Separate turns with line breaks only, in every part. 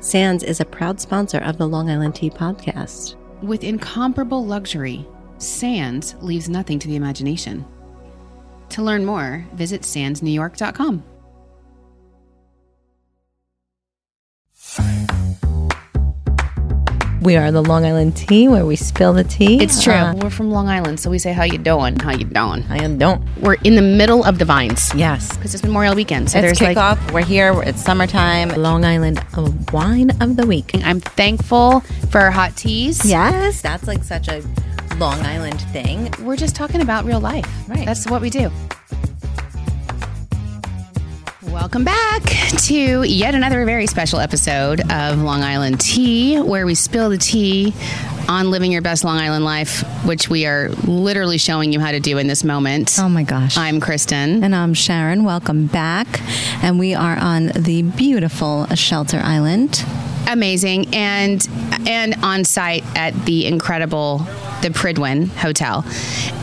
Sands is a proud sponsor of the Long Island Tea podcast.
With incomparable luxury, Sands leaves nothing to the imagination. To learn more, visit sandsnewyork.com.
We are the Long Island Tea, where we spill the tea.
It's true.
Uh,
We're from Long Island, so we say how you doing, how you doing.
I am don't.
We're in the middle of the vines
Yes.
because it's Memorial Weekend. So
it's
there's like
kickoff. we're here. It's summertime. Long Island uh, wine of the week.
I'm thankful for our hot teas.
Yes, that's like such a Long Island thing.
We're just talking about real life.
Right.
That's what we do. Welcome back to yet another very special episode of Long Island Tea, where we spill the tea on living your best Long Island life, which we are literally showing you how to do in this moment.
Oh my gosh.
I'm Kristen.
and I'm Sharon. Welcome back. And we are on the beautiful Shelter Island.
Amazing. And and on site at the incredible the Pridwin Hotel.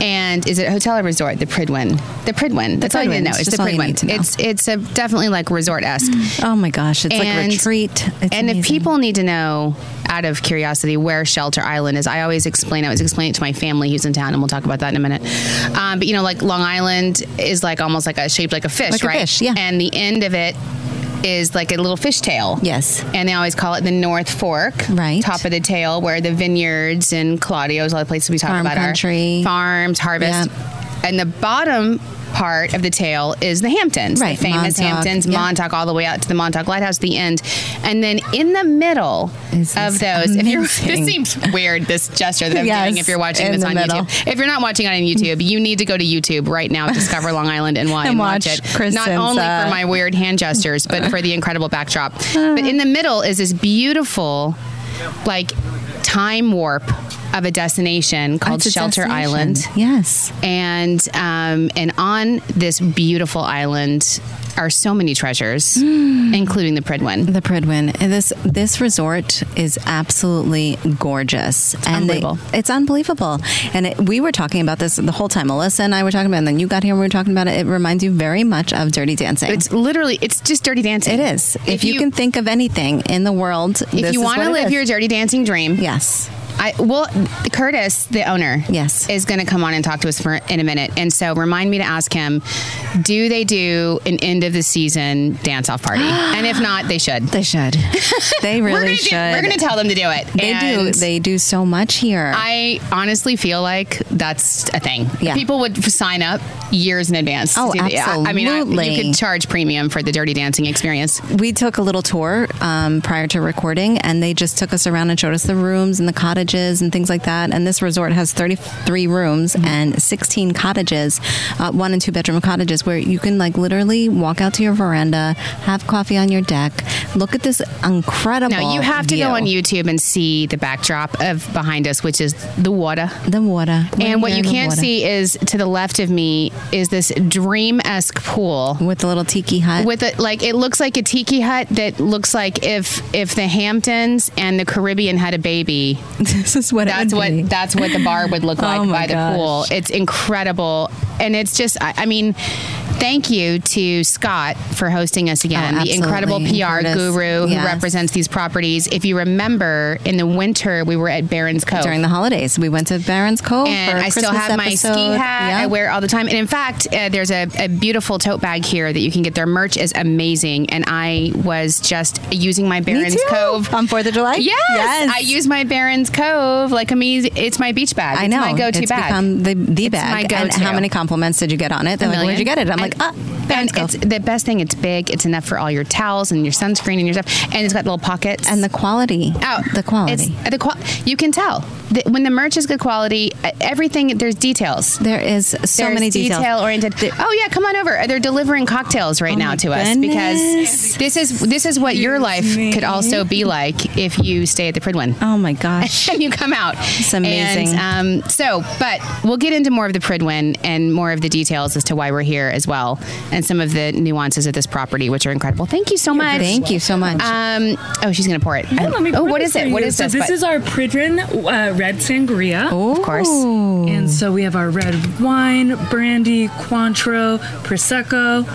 And is it a hotel or resort? The Pridwin. The Pridwin. That's all you need
Pridwin.
to know.
It's
It's the
just all you need
Pridwin.
to know.
It's it's a definitely like resort esque.
Oh my gosh, it's like retreat. It's
and if
amazing.
people need to know, out of curiosity, where Shelter Island is, I always explain. I always explain it to my family who's in town, and we'll talk about that in a minute. Um, but you know, like Long Island is like almost like a shaped like a fish,
Like a
right?
fish, yeah.
And the end of it is like a little fish tail.
Yes.
And they always call it the North Fork,
Right.
Top of the tail, where the vineyards and Claudio's, all the places we talk
Farm
about
country.
are farms, harvest,
Yep.
and the bottom part of the tail is the Hamptons,
Right,
the famous
Montauk,
Hamptons,
yeah.
Montauk, all the way out to the Montauk Lighthouse, the end, and then in the middle
This
of
is
those, if you're, this
amazing.
seems weird, this gesture that I'm
Yes,
doing. If you're watching
in
this
the
on
middle.
YouTube, if you're not watching it on YouTube, you need to go to YouTube right now, Discover Long Island and Wine,
And watch
it.
Kristen's,
not only
uh,
for my weird hand gestures, but for the incredible backdrop. But in the middle is this beautiful, like, time warp of a destination called
It's a
Shelter
destination.
Island
Yes.
and um, and on this beautiful island are so many treasures, including the Pridwin.
The Pridwin. And This this resort is absolutely gorgeous. It's
unbelievable.
it's unbelievable. And it, we were talking about this the whole time. Melissa and I were talking about it, and then you got here and we were talking about it. It reminds you very much of Dirty Dancing.
It's literally it's just Dirty Dancing.
it is. If, you, can think of anything in the world,
if
this
you
is
want
what
to
it
live
is.
your Dirty Dancing dream,
Yes.
I well Curtis, the owner,
Yes.
is going to come on and talk to us for in a minute. And so remind me to ask him, do they do an end of the season dance off party? and if not, they should.
They should. They
we're
really
gonna
should.
Do, we're going to tell them to do it.
they
And-
do. They do so much here.
I honestly feel like that's a thing.
Yeah.
People would f- sign up years in advance. to
Oh,
do the- I- I mean, I,
absolutely.
you could charge premium for the dirty dancing experience.
we took a little tour um, prior to recording, and they just took us around and showed us the rooms and the cottages and things like that. And this resort has 33 rooms
Mm-hmm.
and 16 cottages, uh, one and two bedroom cottages, where you can like literally walk out to your veranda, have coffee on your deck, look at this incredible.
No, you have to
view.
go on YouTube and see the backdrop of behind us, which is the water.
the water. We're
and what
here
you
in the
can't
water.
see is to the left of me is this dream esque pool.
with the little tiki hut.
with a, like it looks like a tiki hut that looks like if if the Hamptons and the Caribbean had a baby,
this is what
that's
it would
what
be.
that's what the bar would look like
Oh my
by the
gosh.
pool. It's incredible, and it's just I, I mean, thank you to Scott for hosting us again,
Oh,
the incredible
absolutely.
PR
Curtis,
guru who
yes.
represents these properties. If you remember, in the winter we were at Barron's Cove.
during the holidays. We went to Barron's Cove
and
Oh, for a
I still
Christmas
have my ski
episode.
hat.
Yeah.
I wear it all the time. And in fact, uh, there's a, a beautiful tote bag here that you can get. Their merch is amazing. And I was just using my Barron's
too.
Cove
On 4th of July?
Yes,
Yes.
I use my Barron's Cove like a me. It's my beach bag.
I
It's
know.
my go-to
it's
bag.
become the, the
my
bag. and
go-to.
how many compliments did you get on it? They're like, where'd you get it? I'm like, ah,
and
Barron's Cove.
it's the best thing. It's big. It's enough for all your towels and your sunscreen and your stuff. And it's got little pockets.
And the quality.
Oh,
The quality.
It's, the qual- you can tell that when the merch is good quality. uh, Everything there's details.
There is so
There's
many details.
detail oriented. Oh yeah, come on over. They're delivering cocktails right now
Oh my
to us
goodness.
because this is this is what your life
me.
could also be like if you stay at the Pridwin.
Oh my gosh.
And you come out. It's
amazing.
And, um, so, but we'll get into more of the Pridwin and more of the details as to why we're here as well, and some of the nuances of this property, which are incredible. Thank you so much.
Thank you so much.
Um, oh, she's gonna pour it. I-
Let me
oh,
pour
what
this
is
for
it? What
you.
is
so
this?
This
But-
is our Pridrin uh, red sangria.
of
course.
And so we have our red wine, brandy, Cointreau, Prosecco,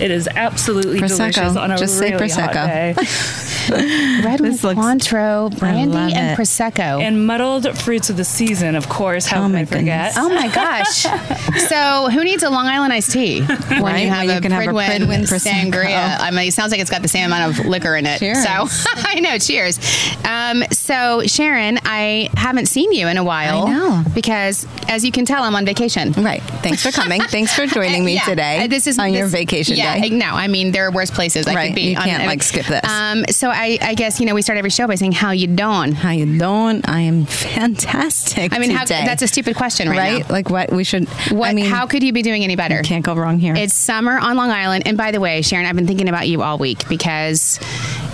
It is absolutely
Prosecco.
delicious on a
Just say
really hot
Prosecco.
day.
Red
This
wine,
looks-
Cointreau,
love
brandy, and
it.
prosecco.
and muddled fruits of the season, of course. How
Oh
can
my
I forget?
goodness.
oh my gosh! So who needs a Long Island iced tea when
Right,
you have
when you
a
can have a
Pridwin,
Pridwin prosecco.
sangria? I mean, it sounds like it's got the same amount of liquor in it.
Cheers.
So I know. Cheers. Um, so Sharon, I haven't seen you in a while.
I know.
because as you can tell, I'm on vacation.
Right. Thanks for coming. Thanks for joining me
Yeah.
today.
Uh, This is
on your
this-
vacation
yeah,
day.
uh, No, I mean there are worse places I
Right,
could be.
you can't, like, skip this.
Um, so I, I guess you know we start every show by saying how you doing.
How you doing? I am fantastic.
I mean, how,
today.
that's a stupid question, right?
right.
now.
Like what we should.
What?
I mean,
how could you be doing any better?
can't go wrong here.
It's summer on Long Island, and by the way, Sharon, I've been thinking about you all week because,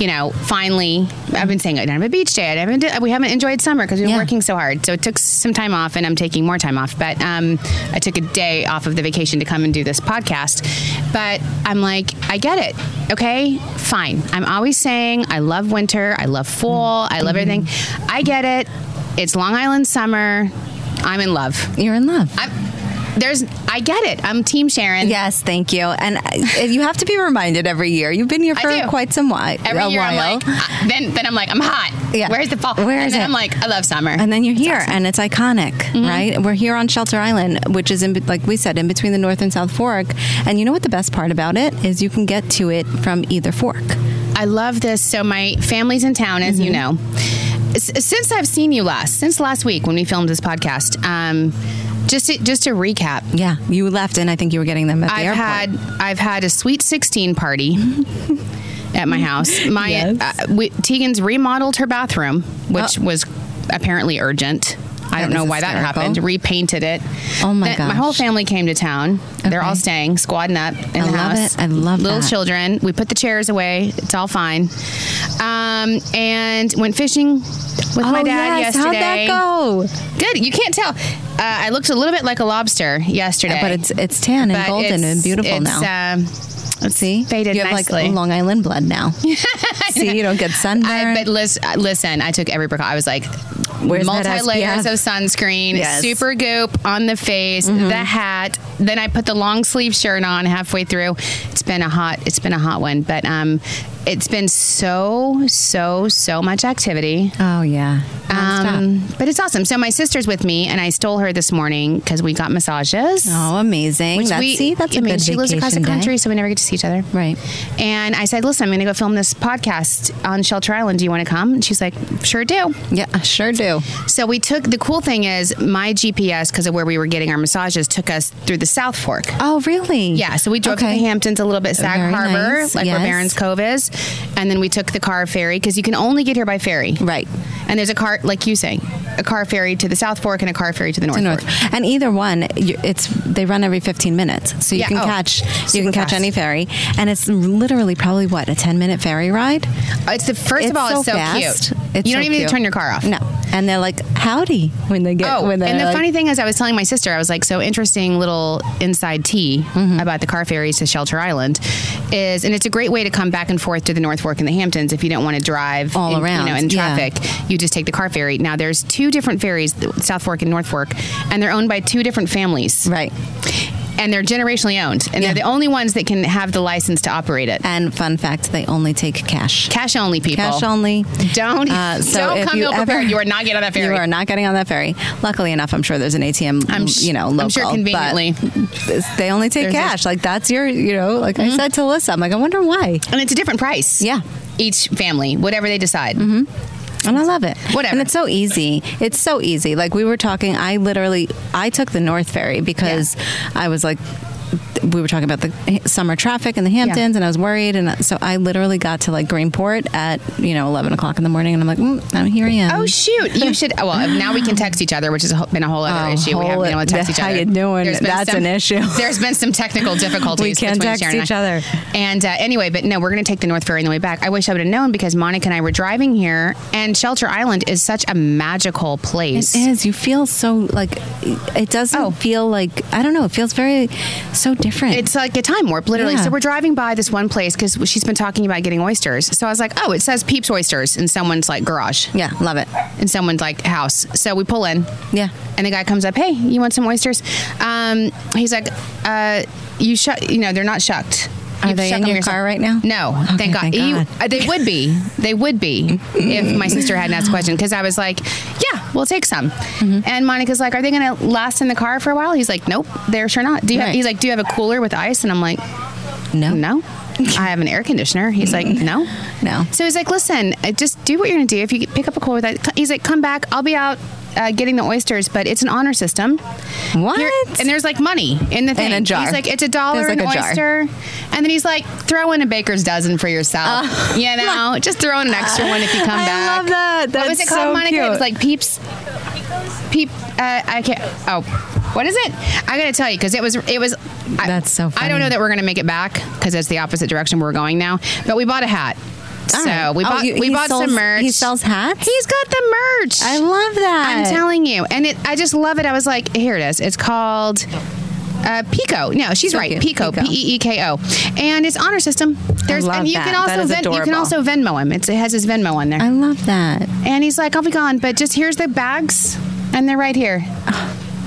you know, finally, I've been saying I don't have a beach day. I haven't. did- We haven't enjoyed summer because we've been
Yeah.
working so hard. So it took some time off, and I'm taking more time off. But um, I took a day off of the vacation to come and do this podcast. But I'm like, I get it. Okay, fine. I'm always saying I love winter. I love fall. I love everything. I get it. It's Long Island summer. I'm in love.
You're in love.
I'm, there's, I get it. I'm Team Sharon.
Yes, thank you. And I- you have to be reminded every year. You've been here
I
for
do.
quite some while.
Every
a
year
while.
I'm like, ah, then then I'm like, I'm hot.
Yeah.
Where's the fall?
Where
and
is
then
it?
I'm like, I love summer.
and then you're here, and it's iconic,
Mm-hmm.
right? We're here on Shelter Island, which is in, be- like we said, in between the North and South Fork. And you know what the best part about it is? You can get to it from either fork.
I love this. So my family's in town, as you
Mm-hmm.
know. S- since I've seen you last, since last week when we filmed this podcast, um, just to, just to recap,
Yeah, you left, and I think you were getting them at the
I've
airport.
had I've had a sweet sixteen party at my house. My
Yes.
uh, we, Tegan's remodeled her bathroom, which
Oh.
was apparently urgent.
That
I don't know
is
why that
hysterical.
happened. Repainted it.
Oh, my
My whole
gosh.
family came to town. They're all
Okay.
staying, squadding up in
I
the
love
house.
it. I love
little
that.
children. We put the chairs away. It's all fine. Um, and went fishing with
oh,
my dad
yes.
yesterday.
How'd that go?
Good. You can't tell. Uh, I looked a little bit like a lobster yesterday,
But it's it's tan and
but
golden
it's-
and beautiful
it's,
now.
Um, it's
See,
faded
you have
nicely.
like Long Island blood now. See, you don't get
I,
sunburned.
but listen, listen, I took every precaution. I was like,
Where's that
multi layers
SPF?
of sunscreen,
Yes. Mm-hmm.
super goop on the face, the hat. Then I put the long sleeve shirt on halfway through. It's been a hot, it's been a hot one, but um, it's been so, so, so much activity.
oh yeah, Nonstop.
Um, but it's awesome. So my sister's with me, and I stole her this morning because we got massages.
Oh, amazing!
Which
That's,
we-
see, that's a
I mean,
good
she lives across the
vacation day.
country, so we never get to see each other.
Right.
And I said, listen, I'm going to go film this podcast on Shelter Island. Do you want to come? And she's like, sure do.
Yeah, I sure do.
So we took, the cool thing is my GPS, because of where we were getting our massages, took us through the South Fork.
Oh, really?
Yeah, so we drove to the Hamptons a little bit, Sag
Very
Harbor,
nice,
like where
yes.
Barron's Cove is, and then we took the car ferry because you can only get here by ferry.
Right.
And there's a car, like you say, a car ferry to the South Fork and a car ferry to the North,
To North.
Fork.
And either one, you, it's they run every 15 minutes, so you
Yeah,
can
oh,
catch you
super
can catch
fast.
any ferry, and it's literally probably what a 10 minute ferry ride.
It's the first of all, it's so
fast.
cute.
It's
you don't
so
even need
cute.
to turn your car off.
No, and they're like howdy when they get
Oh,
when
and
they're
the
like,
funny thing is, I was telling my sister, I was like, so interesting little inside tea
Mm-hmm.
about the car ferries to Shelter Island is, and it's a great way to come back and forth to the North Fork and the Hamptons if you don't want to drive
All
in,
around,
you know, in
yeah.
traffic. You just take the car ferry. Now there's two different ferries, the South Fork and North Fork, and they're owned by two different families,
right.
and they're generationally owned, and
Yeah.
they're the only ones that can have the license to operate it.
And fun fact, they only take cash.
Cash only people.
Cash only.
Don't
Uh,
don't come ill prepared. You are not getting on that ferry.
You are not getting on that ferry. Luckily enough, I'm sure there's an ATM.
I'm
I'm
sh-
you know
I'm
local.
sure
but
conveniently.
this- they only take
There's a- Mm-hmm.
cash. like that's your you know. Like I said to Alyssa, I'm like I wonder why.
And it's a different price.
Yeah.
Each family, whatever they decide.
And I love it.
Whatever.
And it's so easy. It's so easy. Like we were talking, I literally I took the North Ferry because I was like we were talking about the summer traffic in the Hamptons, and I was worried, and so I literally got to like Greenport at you know eleven o'clock in the morning, and I'm like, mm, I'm here I am.
Oh shoot! You should. Well, now we can text each other, which has been a whole other
Oh,
issue. we haven't
whole-
been able to text each
how
other.
you doing?
There's been
That's an issue.
There's been some technical difficulties.
We can't
between
text
Sharon and
each
I.
other.
And uh, anyway, but no, we're going to take the North Ferry on the way back. I wish I would have known because Monica and I were driving here, and Shelter Island is such a magical place.
It is. You feel so like it doesn't
Oh.
feel like I don't know. It feels very so different.
It's like a time warp, literally.
Yeah.
So we're driving by this one place because she's been talking about getting oysters. So I was like, oh, it says Peeps Oysters in someone's like garage,
yeah, love it.
in someone's like house. So we pull in.
Yeah.
And the guy comes up, hey, you want some oysters? Um, he's like, uh, you shuck, you know, they're not shucked.
Are they
stuck
in
them
your
yourself.
car right now?
No,
Okay,
thank God.
thank
You-
God.
uh, they would be. They would be if my sister hadn't asked the question because I was like, "Yeah, we'll take some."
Mm-hmm.
And Monica's like, "Are they going to last in the car for a while?" He's like, "Nope, they're sure not." Do you have,
Right.
he's like, "Do you have a cooler with ice?" And I'm like,
No.
no. I have an air conditioner. He's like, no,
Mm-hmm. No.
So he's like, listen, uh, just do what you're gonna do. If you get- pick up a cooler, with that, he's like, come back. I'll be out uh, getting the oysters, but it's an honor system.
What?
You're- and there's like money in the thing.
a jar.
He's like, it's a dollar
There's like
an
a jar.
oyster. And then he's like, throw in a baker's dozen for yourself. you know, just throw in an extra one if you come
Oh I
back.
love that.
what was it
That's
called,
so
Monica? It was
cute.
like peeps. Peep. Uh, I can't. Oh, what is it? I gotta tell you because it was it was. I-
That's so
I don't know
funny.
that we're gonna make it back because it's the opposite direction we're going now. But we bought a hat.
All
so
right.
we
Oh,
bought
you-
we
he
bought
sells-
some merch.
He sells hats.
He's got the merch.
I love that.
I'm telling you, and it, I just love it. I was like, here it is. It's called uh, Pico. No, she's
So
right.
cute.
Pico.
Pico.
P e e k o. And it's honor system. There's
love
and you
that.
can also
That is
you
adorable.
can also Venmo him. It's, it has his Venmo on there.
I love that.
and he's like, I'll be gone, but just here's the bags, and they're right here.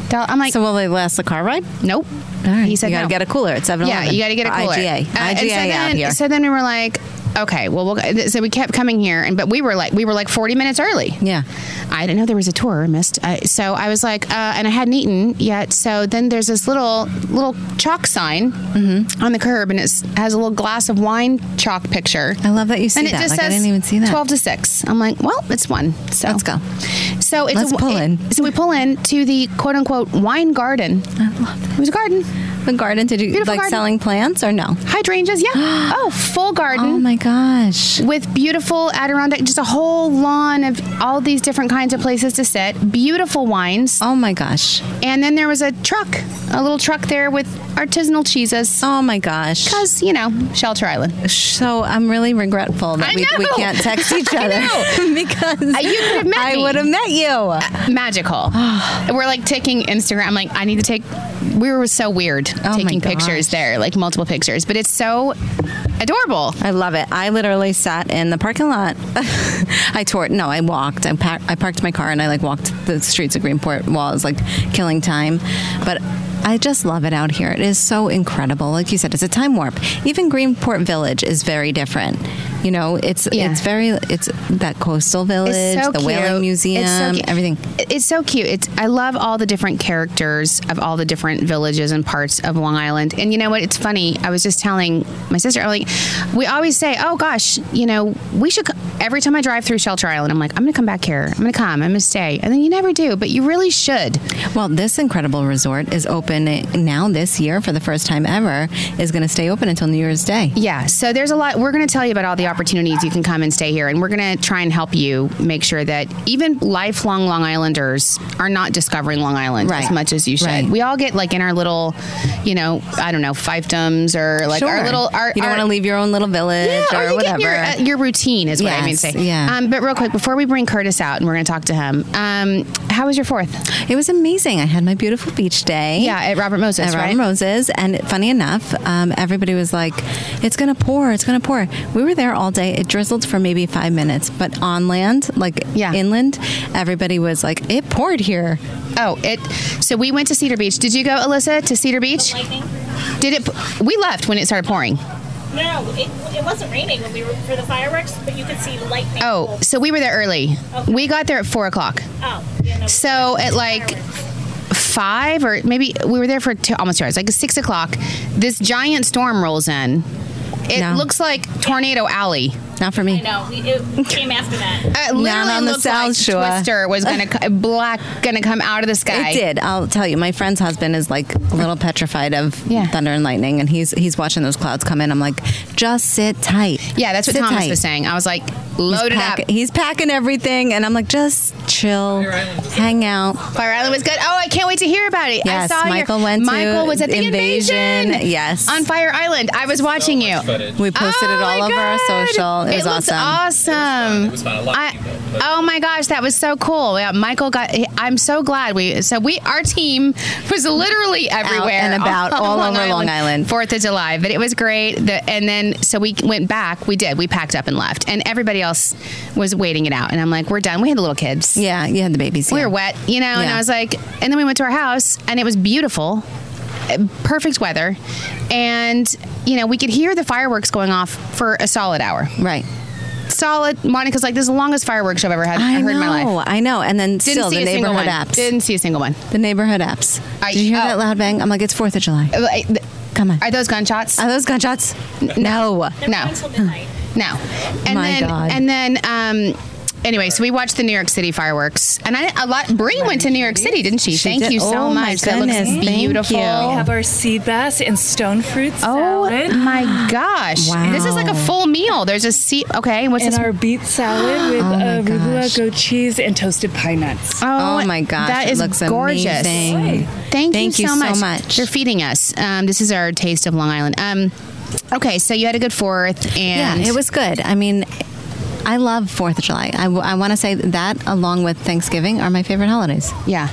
Doll- I'm like,
So will they last the car ride?
nope.
All right.
He said,
you gotta
no.
get a cooler at 7
Yeah, you got to get a cooler.
IGA.
Uh, and
IGA
so then,
out here.
So then we were like, okay, well, we'll so we kept coming here, and but we were like, we were like forty minutes early.
Yeah.
I didn't know there was a tour I missed. I, so I was like, uh, and I hadn't eaten yet. So then there's this little little chalk sign
Mm-hmm.
on the curb, and it has a little glass of wine chalk picture.
I love that you see
and it
that.
just
Like, I
says
didn't even see that.
twelve to six. I'm like, well, it's one. So
Let's go.
So it's
Let's
a,
pull in.
So we pull in to the quote unquote wine garden.
I love that.
It was a garden.
The garden, did you
Beautiful
like
garden.
selling plants or no?
hydrangeas. Yeah. oh, full garden.
Oh my gosh.
with beautiful Adirondack, just a whole lawn of all these different kinds of places to sit, beautiful wines,
Oh my gosh.
and then there was a truck, a little truck there with artisanal cheeses.
Oh my gosh.
Because, you know, Shelter Island.
So I'm really regretful that
I
we, we
know.
can't text each
I
other
know.
because
Uh, you could have met
I
me.
would have met you.
Magical.
Ah.
We're like taking Instagram. I'm like, I need to take. We were so weird
Oh my
taking
gosh.
pictures there, like multiple pictures, but it's so adorable.
I love it. I literally sat in the parking lot. I toured. No, I walked. I, par- I parked my car and I like walked the streets of Greenport while it was like killing time. But I just love it out here. It is so incredible. Like you said, it's a time warp. Even Greenport Village is very different. You know, it's
Yeah.
it's very it's that coastal village,
It's so
the
cute.
whaling museum,
It's so cute.
everything.
It- It's so cute. It's I love all the different characters of all the different villages and parts of Long Island. And you know what? It's funny. I was just telling my sister. I'm like, we always say, "Oh gosh, you know, we should." co-" Every time I drive through Shelter Island, I'm like, "I'm gonna come back here. I'm gonna come. I'm gonna stay." And then you never do, but you really should.
Well, this incredible resort is open now this year for the first time ever. Is going to stay open until New Year's Day.
Yeah, so there's a lot. We're going to tell you about all the opportunities you can come and stay here, and we're going to try and help you make sure that even lifelong Long Islanders are not discovering Long Island
Right.
as much as you should.
Right.
We all get like in our little, you know, I don't know, fiefdoms or like our little. Our,
you don't
our-
want to leave your own little village
yeah,
or,
you get
whatever.
in Your, uh, your routine is what I mean to
Yes,
say.
yeah.
Um, but real quick, before we bring Curtis out and we're going to talk to him, um, how was your fourth?
uh, It was amazing. I had my beautiful beach day.
Yeah, at Robert Moses,
At
right?
Rotten Roses. And funny enough, um, everybody was like, it's going to pour, it's going to pour. We were there all day. It drizzled for maybe five minutes, but on land, like
Yeah.
inland, everybody was like, it poured here.
Oh, it. So we went to Cedar Beach. Did you go, Alyssa, to Cedar Beach? Did it? p- We left when it started pouring.
No, it, it wasn't raining when we were for the fireworks, but you could see lightning.
Oh, so we were there early. We got there at four o'clock.
oh yeah, no,
So at like five or maybe we were there for two, almost two hours, like six o'clock. This giant storm rolls in. It
No.
looks like Tornado Alley.
Not for me.
no, we, it came after that.
Uh, literally
on the
looked
South
like
Shore.
Twister was gonna co- black gonna come out of the sky.
It did. I'll tell you. My friend's husband is like a little petrified of
Yeah.
thunder and lightning, and he's he's watching those clouds come in. I'm like, just sit tight.
Yeah, that's what
Sit
Thomas
tight.
was saying. I was like, load it
he's
up.
pack- He's packing everything, and I'm like, just chill, hang out.
Fire Island was good. Oh, I can't wait to hear about it.
Yes,
I saw your-
Michael went to
Michael was at the invasion.
Invasion. Yes.
on Fire Island. I was watching you.
We posted it
Oh
all
my
over our
God.
social. It, was
looks
awesome.
awesome.
It was fun. It was fun. A lot of
I-
people,
oh my gosh, that was so cool. Yeah, Michael got. I'm so glad we. So we, our team was literally everywhere
and about,
on
all over Long Island.
Fourth of July, but it was great. The, and then so we went back. We did. We packed up and left, and everybody else was waiting it out. And I'm like, we're done. We had the little kids.
Yeah, you had the babies.
We
yeah.
were wet, you know, and
Yeah.
I was like, and then we went to our house and it was beautiful. perfect weather, and you know we could hear the fireworks going off for a solid hour.
Right.
Solid. Monica's like, "This is the longest fireworks show I've ever had. I,
I,
heard
know.
in my life."
I know. And then
Didn't
still
see
the
a single
neighborhood
one.
apps.
Didn't see a single one.
The neighborhood apps.
I-
Did you hear
oh.
that loud bang? I'm like, it's Fourth of July.
Uh, I- th-
Come on.
Are those gunshots?
Are those gunshots? Um, No.
They're
No.
on until midnight.
No. And
My
then,
God.
And then, um, anyway, so we watched the New York City fireworks, and I a lot. Bree went to New York City, didn't she?
She
Thank
did.
you so
Oh, my
much. That
goodness.
looks
Thank
beautiful.
you. mm,
We have our seed bass and stone fruit
Oh
salad.
my gosh! This is like a
Wow.
full meal. There's a seat. Okay, what's
and
this?
our beet salad with
Oh my
uh, arugula,
gosh.
goat cheese, and toasted pine nuts.
Oh my gosh,
that
it
is
looks
gorgeous.
amazing.
Thank,
Thank
you,
you
so,
so
much.
much.
You're feeding us. Um, this is our taste of Long Island. Um, okay, so you had a good fourth, and
yeah, it was good. I mean, I love Fourth of July. I, want to say that, along with Thanksgiving, are my favorite holidays.
Yeah.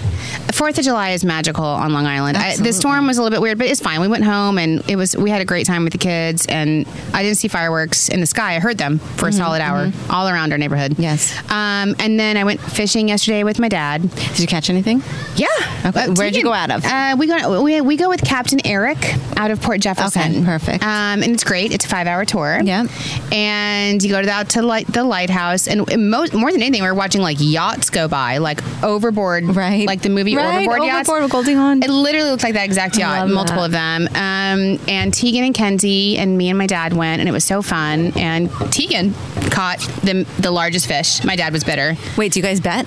Fourth of July is magical on Long Island. I, the
Absolutely.
storm was a little bit weird, but it's fine. We went home and it was we had a great time with the kids and I didn't see fireworks in the sky. I heard them for a solid hour all around our neighborhood.
Mm-hmm, Yes.
Um, and then I went fishing yesterday with my dad.
Did you catch anything?
Yeah.
Okay, where'd you
taking-
go out of?
Uh, we go we, we go with Captain Eric out of Port Jefferson.
Okay, perfect.
Um, and it's great. It's a five hour tour.
Yep.
And you go to the, out to light, the lighthouse, and, and most, more than anything, we were watching like yachts go by, like overboard,
Right.
Like the movie
Right,
Overboard, yachts.
Overboard with Goldie Hawn.
It literally looked like that exact yacht,
love
multiple
that.
of them. Um, and Tegan and Kenzie and me and my dad went, and it was so fun. And Tegan caught the the largest fish. My dad was bitter.
Wait, do you guys bet?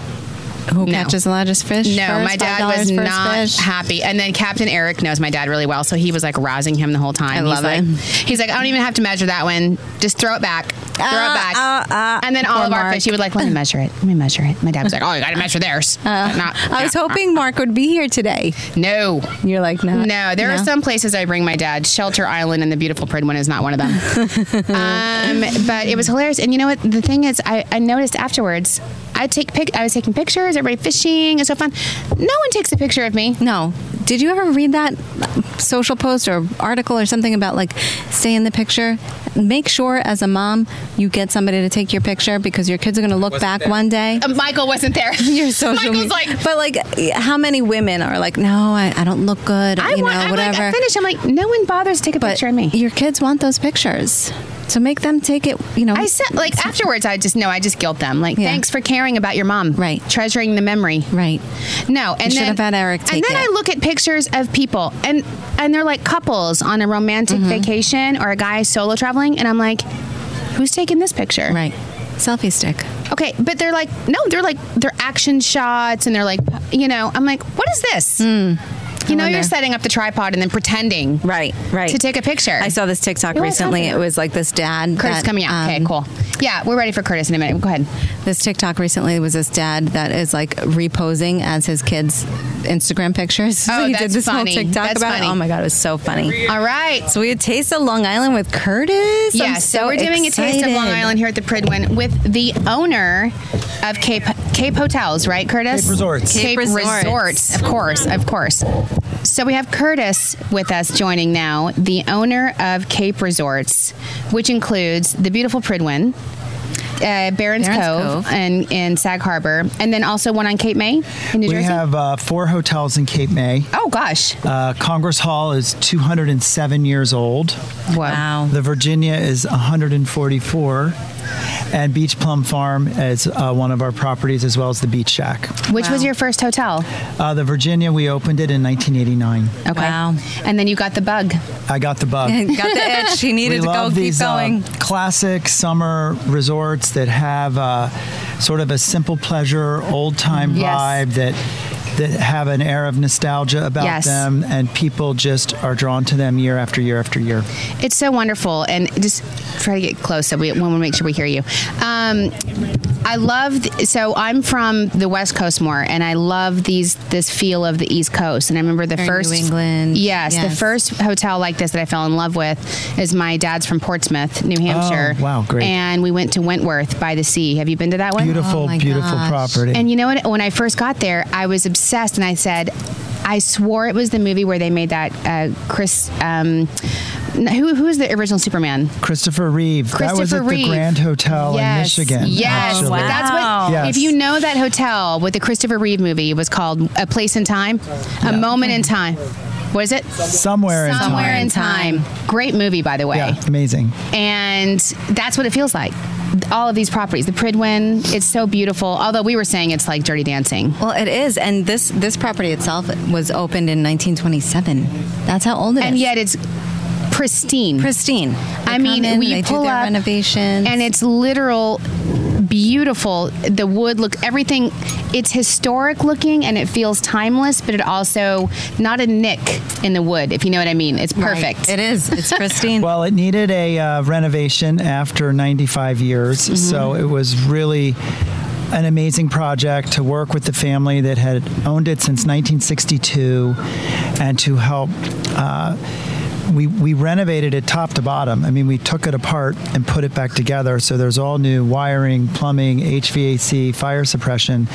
Who
No.
catches the largest fish?
No,
first?
my dad
$5
was
first
not
fish?
happy. And then Captain Eric knows my dad really well, so he was like rousing him the whole time.
I love
he's
it.
Like, he's like, I don't even have to measure that one. Just throw it back. Throw it
Uh,
back.
uh, uh,
and then all
poor
of our
Mark.
fish, he would like, let me measure it. Let me measure it. My dad was like, oh, you got to measure theirs. Not-
Uh, I was
yeah.
hoping Mark would be here today.
No.
You're like, no.
No, there are some places I bring my dad. Shelter Island and the beautiful Pridwin is not one of them. um, but it was hilarious. And you know what? The thing is, I, I noticed afterwards, I take pic- I was taking pictures. Everybody fishing. It's so fun. No one takes a picture of me.
No. Did you ever read that social post or article or something about like stay in the picture? Make sure as a mom you get somebody to take your picture because your kids are going to look
Wasn't
back
there.
one day.
Uh, Michael wasn't there.
your social media.
Michael's like,
but like, how many women are like, no, I, I don't look good,
I
you
want.
know,
I'm
whatever.
like, I finished. I'm like, no one bothers to take a
but
picture of me.
your kids want those pictures, so make them take it. You know,
I said, like afterwards, I just no, I just guilt them. Like,
Yeah.
thanks for caring about your mom,
Right.
Treasuring the memory,
right.
No, and
should
then
have had Eric
and
take
then
it.
I look at pictures of people, and and they're like couples on a romantic
Mm-hmm.
vacation or a guy solo traveling, and I'm like, who's taking this picture?
Right. Selfie stick.
Okay, but they're like, no, they're like they're action shots, and they're like, you know, I'm like, what is this? You know, you're
Hmm. wonder.
setting up the tripod and then pretending,
Right, right.
to take a picture.
I saw this TikTok
It was
recently.
happening.
It was like this dad.
Curtis
that,
coming out. okay,
um,
cool. Yeah, we're ready for Curtis in a minute. Go ahead.
This TikTok recently was this dad that is like reposing as his kids' Instagram pictures.
Oh,
he
that's
did this
funny.
whole TikTok
That's
about it.
funny.
Oh my god, it was so funny.
All right.
So we had Taste of Long Island with Curtis.
Yeah,
I'm
so,
so
we're doing a taste of Long
excited.
Island here at the Pridwin with the owner of Cape Cape Hotels, right, Curtis?
Cape Resorts.
Cape,
Cape
Resorts.
Resorts.
of course, of course. So we have Curtis with us joining now, the owner of Cape Resorts, which includes the beautiful Pridwin, uh,
Barron's
Barron's, Cove,
Cove.
and in Sag Harbor, and then also one on Cape May in New
We
Jersey.
have uh, four hotels in Cape May.
oh gosh!
Uh, Congress Hall is 207 years old.
Wow.
The Virginia is 144. And Beach Plum Farm is uh, one of our properties, as well as the Beach Shack.
Which was
Wow.
your first hotel?
Uh, the Virginia, we opened it in 1989.
Okay.
Wow.
And then you got the bug.
I got the bug.
Got the itch. He needed
we
to go
love
keep
these uh,
going.
classic summer resorts that have uh, sort of a simple pleasure, old time
Yes.
vibe that that have an air of nostalgia about
Yes.
them, and people just are drawn to them year after year after year.
It's so wonderful, and just try to get close so we want to make sure we hear you. Um, I love. th- so I'm from the West Coast more, and I love these this feel of the East Coast. And I remember the
Very
first
New England.
Yes, the
Yes.
first hotel like this that I fell in love with is my dad's from Portsmouth, New Hampshire.
Oh, wow, great.
And we went to Wentworth by the sea. Have you been to that one?
Beautiful,
my
beautiful
gosh.
property.
Oh And you know what? When I first got there, I was obsessed, and I said, I swore it was the movie where they made that uh, Chris. Um, n- who who is the original Superman?
Christopher Reeve. that was
Christopher
at
Reeve.
the Grand Hotel
Yes.
in Michigan.
Yes,
actually.
But that's what.
Yes.
If you know that hotel, what the Christopher Reeve movie was called, A Place in Time, A Moment in Time. What is it?
Somewhere in time.
Somewhere in time. Great movie, by the way.
Yeah, amazing.
and that's what it feels like. All of these properties, the Pridwin, it's so beautiful. Although we were saying it's like Dirty Dancing.
Well, it is, and this this property itself was opened in 1927. That's how old it is.
and yet it's pristine.
pristine. They
I mean,
come in,
we
they
pull
do their
up
renovations,
and it's literal beautiful the wood look everything it's historic looking and it feels timeless but it also not a nick in the wood if you know what i mean it's
Right.
perfect
It is. It's pristine.
Well, it needed a uh, renovation after 95 years, so it was really an amazing project to work with the family that had owned it since 1962 and to help. Uh, we, we renovated it top to bottom. I mean, we took it apart and put it back together. So there's all new wiring, plumbing, HVAC, fire suppression.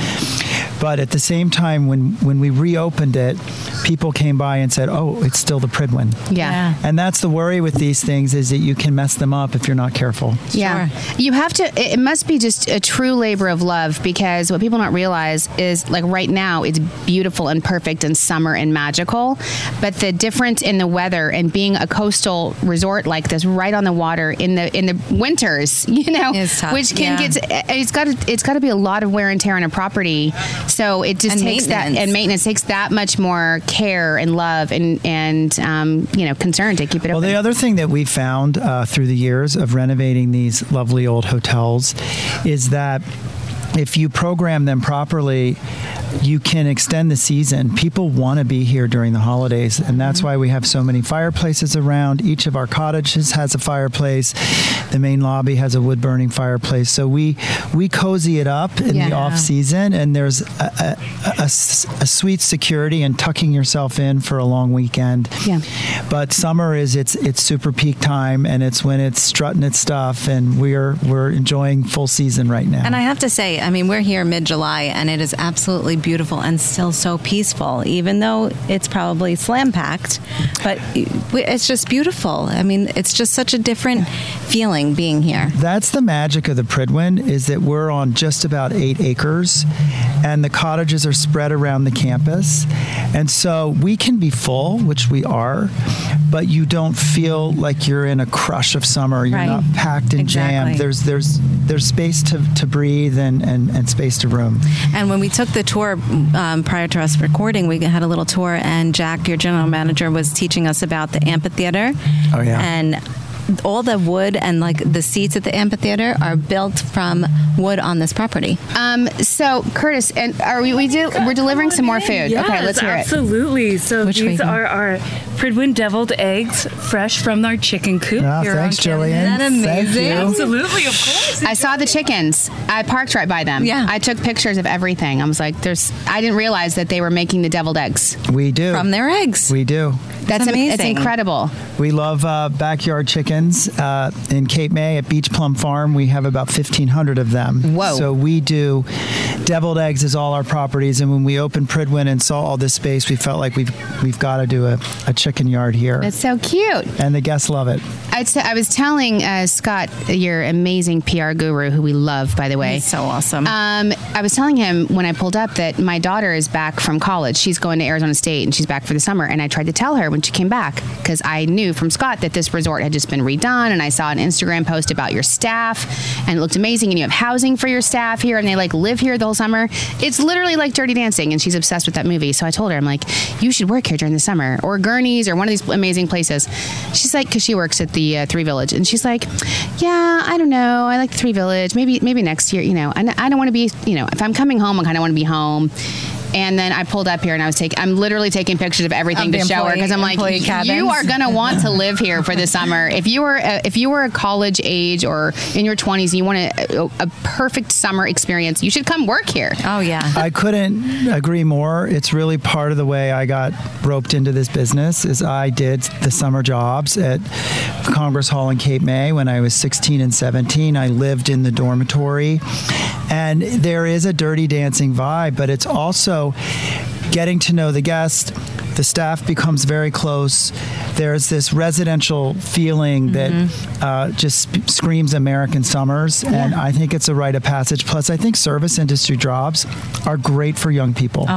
But at the same time, when, when we reopened it, people came by and said, oh, it's still the Pridwin.
yeah
And that's the worry with these things is that you can mess them up if you're not careful.
Yeah. You have to, it it must be just a true labor of love because what people don't realize is like right now it's beautiful and perfect and summer and magical. But the difference in the weather and being a coastal resort like this right on the water in the, in the winters, you know,
It's tough,
which can
yeah.
get, to- it's got to, it's got to be a lot of wear and tear on a property. So it just
And
takes that,
maintenance.
and maintenance takes that much more care and love and, and, um, you know, concern to keep it
Well,
open.
the other thing that we found uh, through the years of renovating these lovely old hotels is that if you program them properly, you can extend the season. People want to be here during the holidays, and
Mm-hmm.
that's why we have so many fireplaces around. Each of our cottages has a fireplace. The main lobby has a wood-burning fireplace. So we we cozy it up in the
Yeah.
off season, and there's a, a, a s- a sweet security in tucking yourself in for a long weekend.
Yeah.
But summer is it's it's super peak time, and it's when it's strutting its stuff, and we're we're enjoying full season right now.
And I have to say, I mean, we're here mid July and it is absolutely beautiful and still so peaceful, even though it's probably slam packed. But we- it's just beautiful. I mean, it's just such a different feeling being here.
That's the magic of the Pridwin is that we're on just about eight acres, and the cottages are spread around the campus, and so we can be full, which we are, but you don't feel like you're in a crush of summer. You're
Right.
not packed and
Exactly.
jammed. There's there's there's space to, to breathe and, and, and space to room.
And when we took the tour um, prior to us recording, we had a little tour, and Jack, your general manager, was teaching us about the amphitheater.
Oh, yeah.
And all the wood and like the seats at the amphitheater are built from wood on this property.
Um, so Curtis, and are we, we do, we're delivering some more food.
Yes,
okay, let's hear it.
absolutely. So
Which way
these
do you-
are our Pridwin deviled eggs, fresh from our chicken coop.
Ah,
here on
thanks,
campus.
Jillian.
Isn't that
Thank
amazing?
you.
Absolutely, of course.
I saw the chickens. I parked right by them.
Yeah.
I took pictures of everything. I was like, there's, I didn't realize that they were making the deviled eggs.
We do.
From their eggs.
we do.
That's am- It's
amazing.
incredible.
We love uh, backyard chickens uh, in Cape May at Beach Plum Farm. We have about 1,500 of them.
Whoa.
So we do deviled eggs as all our properties. And when we opened Pridwin and saw all this space, we felt like we've we've got to do a, a chicken yard here.
It's so cute.
and the guests love it.
I, t- I was telling uh, Scott, your amazing PR guru, who we love, by the way.
He's so awesome.
Um, I was telling him when I pulled up that my daughter is back from college. She's going to Arizona State and she's back for the summer. And I tried to tell her when she came back because I knew from Scott that this resort had just been redone. And I saw an Instagram post about your staff and it looked amazing. And you have housing for your staff here and they like live here the whole summer. It's literally like Dirty Dancing. And she's obsessed with that movie. So I told her, I'm like, you should work here during the summer or Gurney's or one of these amazing places. She's like, because she works at the uh, Three Village. And she's like, yeah, I don't know. I like the Three Village. Maybe maybe next year. You know, I, I don't want to be. You know, if I'm coming home, I kind of want to be home. And then I pulled up here and I was taking. I'm literally taking pictures of everything
Of
to
the
show her because I'm like,
employee- employee
you
cabins."
are gonna want to live here for the summer. If you were a, if you were a college age or in your 20s, and you want a, a perfect summer experience. You should come work here.
oh, yeah.
I couldn't agree more. It's really part of the way I got roped into this business is I did the summer jobs at Congress Hall in Cape May when I was 16 and 17. I lived in the dormitory. And there is a dirty dancing vibe, but it's also getting to know the guest The staff becomes very close. There's this residential feeling
Mm-hmm.
that uh, just sp- screams American summers, and I think it's a rite of passage. Plus, I think service industry jobs are great for young people.
Absolutely.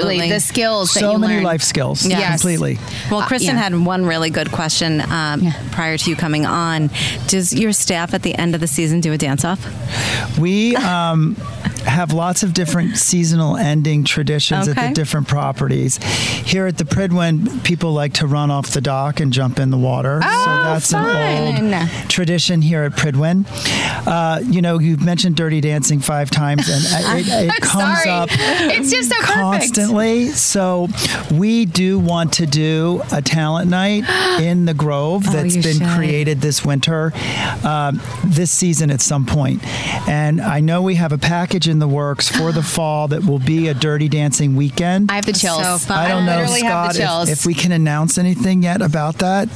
Oh, absolutely.
The skills Oh. that
so
you
many
learn.
life skills,
Yes.
completely.
Well, Kristen
Uh, yeah.
had one really good question um, prior to you coming on. Does your staff at the end of the season do a dance off?
We um, have lots of different seasonal ending traditions at
Okay.
the different properties. Here at the Pridwin, people like to run off the dock and jump in the water. so that's an
Oh, fun.
old tradition here at Pridwin. Uh, you know, you've mentioned Dirty Dancing five times, and it, it, it comes
Sorry.
up
It's just so perfect.
constantly. So we do want to do a talent night in the Grove
Oh,
that's
you
been
should.
created this winter, um, this season at some point. And I know we have a package in the works for the fall that will be a Dirty Dancing weekend.
I have the chills.
so fun.
I don't know,
literally have
Scott,
the chills.
if, if we can announce anything yet about that.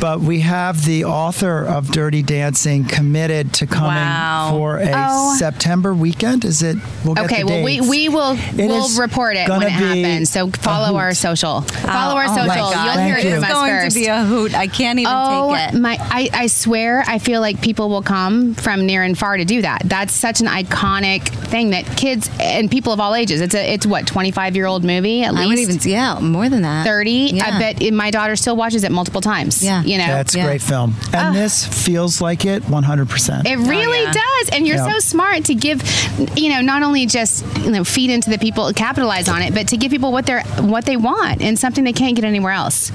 But we have the author of Dirty Dancing committed to coming
Wow.
for a
Oh.
September weekend. Is it? We'll get
Okay,
the
well, we,
dates.
we will we'll
is
report it when
gonna
it
be
happens. So
a
follow our
hoot.
social. follow our
oh
social.
my
You'll
God.
hear
Thank
it
you.
from
It's
us
going
first.
to be a hoot. I can't even
Oh
take it.
my! I, I swear, I feel like people will come from near and far to do that. That's such an iconic thing that kids and people of all ages. It's a it's what twenty five year old movie at
I
least
would even yeah, more than that.
30
Yeah.
i bet it, my daughter still watches it multiple times
Yeah.
you know
That's
Yeah.
a great film.
Ah.
And this feels like it 100%.
it really
Oh, yeah.
does and you're
Yeah.
so smart to give you know not only just you know feed into the people capitalize on it but to give people what they're what they want and something they can't get anywhere else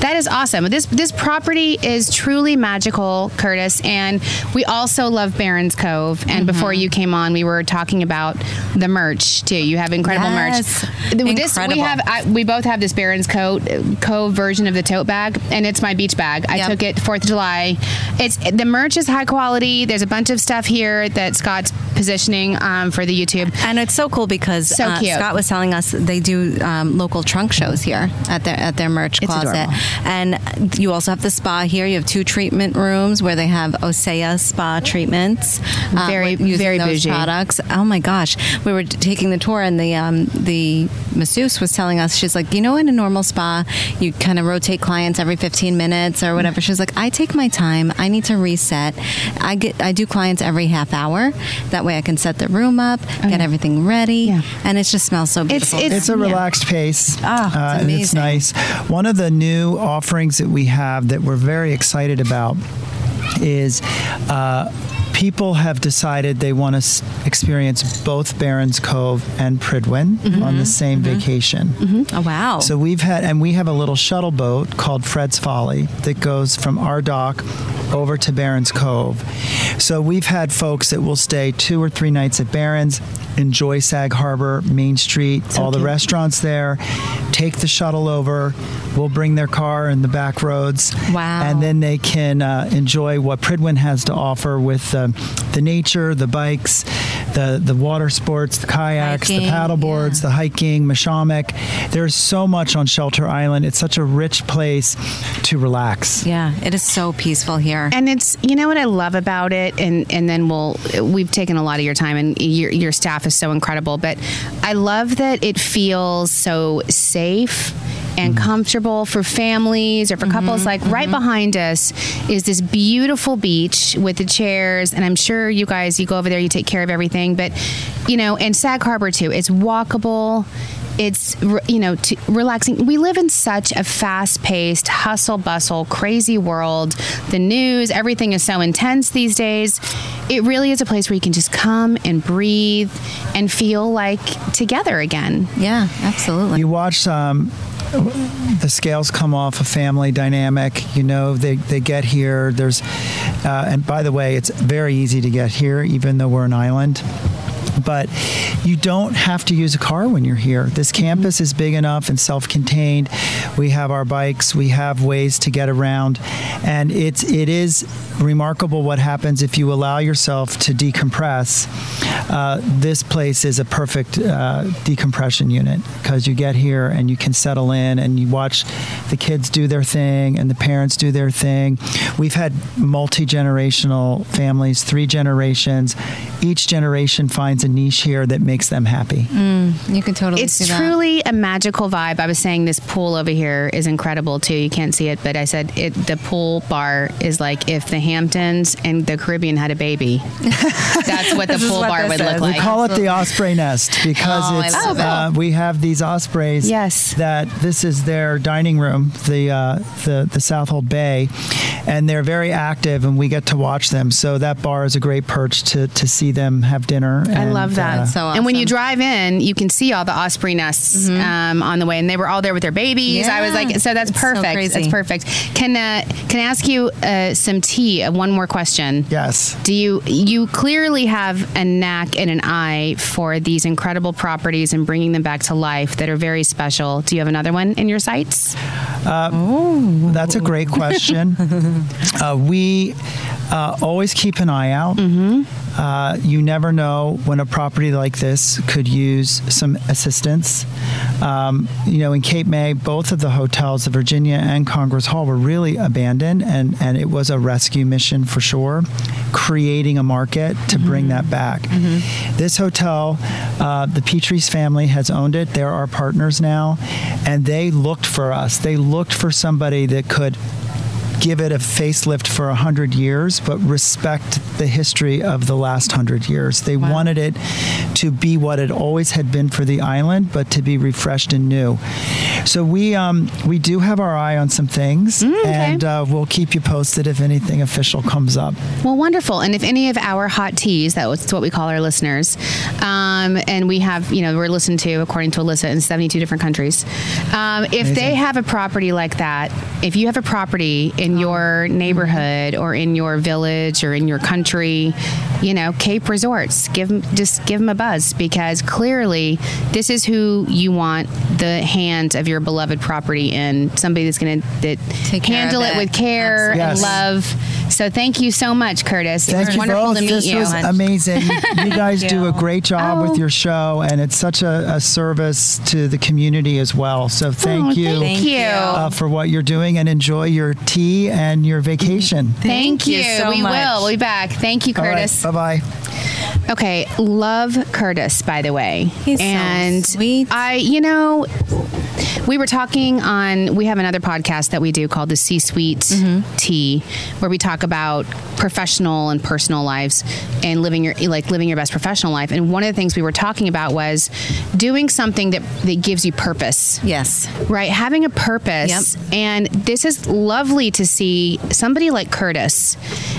that is awesome this this property is truly magical curtis and we also love barron's cove
Mm-hmm.
and before you came on we were talking about the merch too you have incredible
Yes.
merch This- we
Incredible.
have I, we both have this Barron's coat Cove version of the tote bag, and it's my beach bag. I
Yep.
took it Fourth of July. It's the merch is high quality. There's a bunch of stuff here that Scott's positioning um, for the YouTube.
And it's so cool because
So
uh,
cute.
Scott was telling us they do um, local trunk shows here at their at their merch closet,
adorable.
and you also have the spa here. You have two treatment rooms where they have Osea spa treatments. um,
Very-
with- using
very
those
bougie.
products. Oh my gosh, we were t- taking the tour, and the um, the masseuse was telling us she's like, you know, in a normal spa, you kind of rotate clients every 15 minutes or whatever. She's like, I take my time. I need to reset. I get I do clients every half hour. That way, I can set the room up, get everything ready,
Yeah.
and it just smells so beautiful.
It's a
yeah.
relaxed pace. Uh,
Ah, it's
and it's
amazing.
nice. One of the new offerings that we have that we're very excited about is. Uh, People have decided they want to s- experience both Barron's Cove and Pridwin
Mm-hmm,
on the same vacation.
oh wow.
So we've had, and we have a little shuttle boat called Fred's Folly that goes from our dock over to Barron's Cove. So we've had folks that will stay two or three nights at Barron's, enjoy Sag Harbor, Main Street, all the restaurants there, take the shuttle over. We'll bring their car in the back roads.
Wow.
And then they can uh, enjoy what Pridwin has to offer with um, the nature, the bikes, the, the water sports, the kayaks, the
Hiking,
paddle boards,
yeah.
the hiking, Meshamek. There's so much on Shelter Island. It's such a rich place to relax.
yeah, it is so peaceful here.
And it's you know what I love about it, and and then we'll we've taken a lot of your time, and your your staff is so incredible. But I love that it feels so safe and comfortable for families or for couples. Like right behind us is this beautiful beach with the chairs, and I'm sure you guys you go over there, you take care of everything. But you know, and Sag Harbor too, it's walkable. It's re- you know to, relaxing. We live in such a fast-paced, hustle-bustle, crazy world. The news, everything is so intense these days. It really is a place where you can just come and breathe and feel like together again.
yeah, absolutely.
You watch um, the scales come off a family dynamic. You know, they, they get here. There's, uh, and by the way, it's very easy to get here, even though we're an island. But you don't have to use a car when you're here. This campus is big enough and self contained. We have our bikes, we have ways to get around. And it's, it is remarkable what happens if you allow yourself to decompress. Uh, this place is a perfect uh, decompression unit because you get here and you can settle in and you watch the kids do their thing and the parents do their thing. We've had multi generational families, three generations. Each generation finds a niche here that makes them happy.
You can totally
It's
see that.
truly a magical vibe. I was saying this pool over here is incredible too. You can't see it, but I said it. The pool bar is like if the Hamptons and the Caribbean had a baby. That's what the
This is
pool
what
bar
this is.
would look
We
like.
We call it the osprey nest because
Oh, I
it's
love
uh, we have these ospreys.
Yes.
That this is their dining room, the uh, the the Southold Bay, and they're very active, and we get to watch them. So that bar is a great perch to to see them have dinner.
I love
uh,
that.
so
And when
awesome.
you
Mm-hmm.
drive in, you can see all the osprey nests um, on the way, and they were all there with their babies. I was
Yeah.
like, so that's
It's so
perfect.
crazy.
That's perfect. Can uh, can I ask you uh, some tea? Uh, one more question.
Yes.
Do you you clearly have a knack and an eye for these incredible properties and bringing them back to life that are very special? Do you have another one in your sights?
That's a great question. uh, we uh, always keep an eye out.
Mm-hmm.
Uh, you never know when a property like this could use some assistance. Um, you know, in Cape May, both of the hotels, the Virginia and Congress Hall, were really abandoned, and, and it was a rescue mission for sure, creating a market to bring that back. This hotel, uh, the Petrie's family has owned it. They're our partners now, and they looked for us. They looked for somebody that could give it a facelift for 100 years, but respect the history of the last 100 years. They wanted it to be what it always had been for the island, but to be refreshed and new. So we um, we do have our eye on some things, and uh, we'll keep you posted if anything official comes up.
Well, wonderful. And if any of our hot teas, that's what we call our listeners, um, and we have, you know, we're listened to, according to Alyssa, in 72 different countries. Um, if they have a property like that, if you have a property in your neighborhood or in your village or in your country, you know, Cape Resorts, give 'em- just give them a buzz because clearly this is who you want the hands of your beloved property in. Somebody that's going to that
Take care of
handle it
it.
with care and
Yes.
love. So thank you so much, Curtis.
Thank
it's
you
wonderful
both.
to meet
this
you.
was amazing. You guys do a great job
Oh.
with your show, and it's such a, a service to the community as well. So thank
Oh,
you.
Thank
Thank
you.
you.
Uh, for what you're doing and enjoy your tea and your vacation.
Thank
Thank
you.
you so
we
much.
will. We'll be back. Thank you, Curtis.
All right, bye bye.
Okay, love Curtis, by the way.
He's so
and
sweet.
I, you know, we were talking on. We have another podcast that we do called the C-Suite
Mm-hmm.
Tea, where we talk about professional and personal lives and living your like living your best professional life. And one of the things we were talking about was doing something that that gives you purpose.
Yes.
Right, having a purpose. And this is lovely to see somebody like Curtis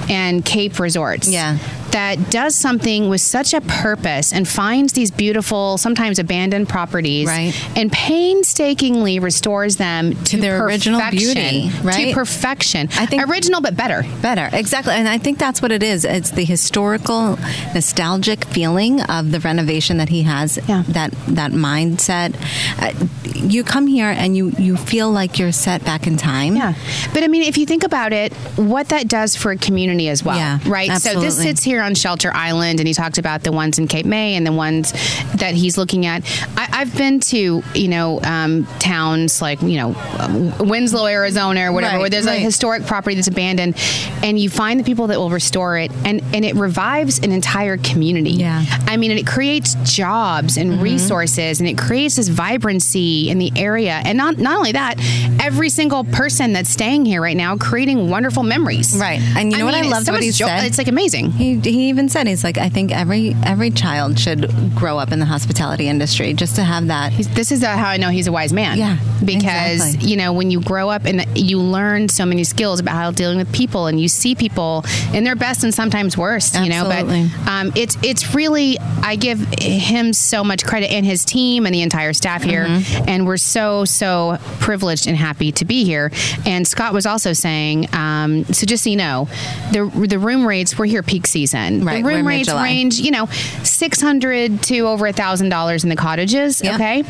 and Cape Resorts.
Yeah.
That does something with such a purpose and finds these beautiful, sometimes abandoned properties
Right.
and painstakingly restores them to,
their original
perfection,
beauty,
To
right?
perfection.
I think-
original but better.
Better. Exactly. And I think that's what it is. It's the historical, nostalgic feeling of the renovation that he has,
Yeah.
that, that mindset. Uh, you come here and you, you feel like you're set back in time.
Yeah. But I mean, if you think about it, what that does for a community as well,
Yeah,
right? So this
absolutely.
sits here on Shelter Island, and he talked about the ones in Cape May and the ones that he's looking at. I, I've been to, you know, um, towns like, you know, um, Winslow, Arizona, or whatever,
Right,
where there's a
right.
historic property that's abandoned, and you find the people that will restore it, and, and it revives an entire community.
Yeah. Mm-hmm.
I mean, and it creates jobs and resources, and it creates this vibrancy in the area. And not not only that, every single person that's staying here right now creating wonderful memories.
Right. And you know what I
mean,
loved
so
what
much
he
jo-
said?
It's like amazing.
He, he even said he's like I think every every child should grow up in the hospitality industry just to have that
He's- This is uh, how I know he's a wise man.
Yeah,
Because,
exactly.
you know, when you grow up and you learn so many skills about how dealing with people and you see people in their best and sometimes worst, you know,
Absolutely.
but um, it's, it's really, I give him so much credit and his team and the entire staff here.
Mm-hmm.
And we're so, so privileged and happy to be here. And Scott was also saying, um, so just so you know, the, the room rates, we're here peak season.
Right,
The
we're
room rates
mid-July.
range range, you know, six hundred to over a thousand dollars in the cottages.
Yeah.
Okay,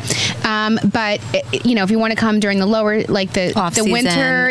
um, but eh, you know, if you want to come during the lower, like the
Off
the
season,
winter,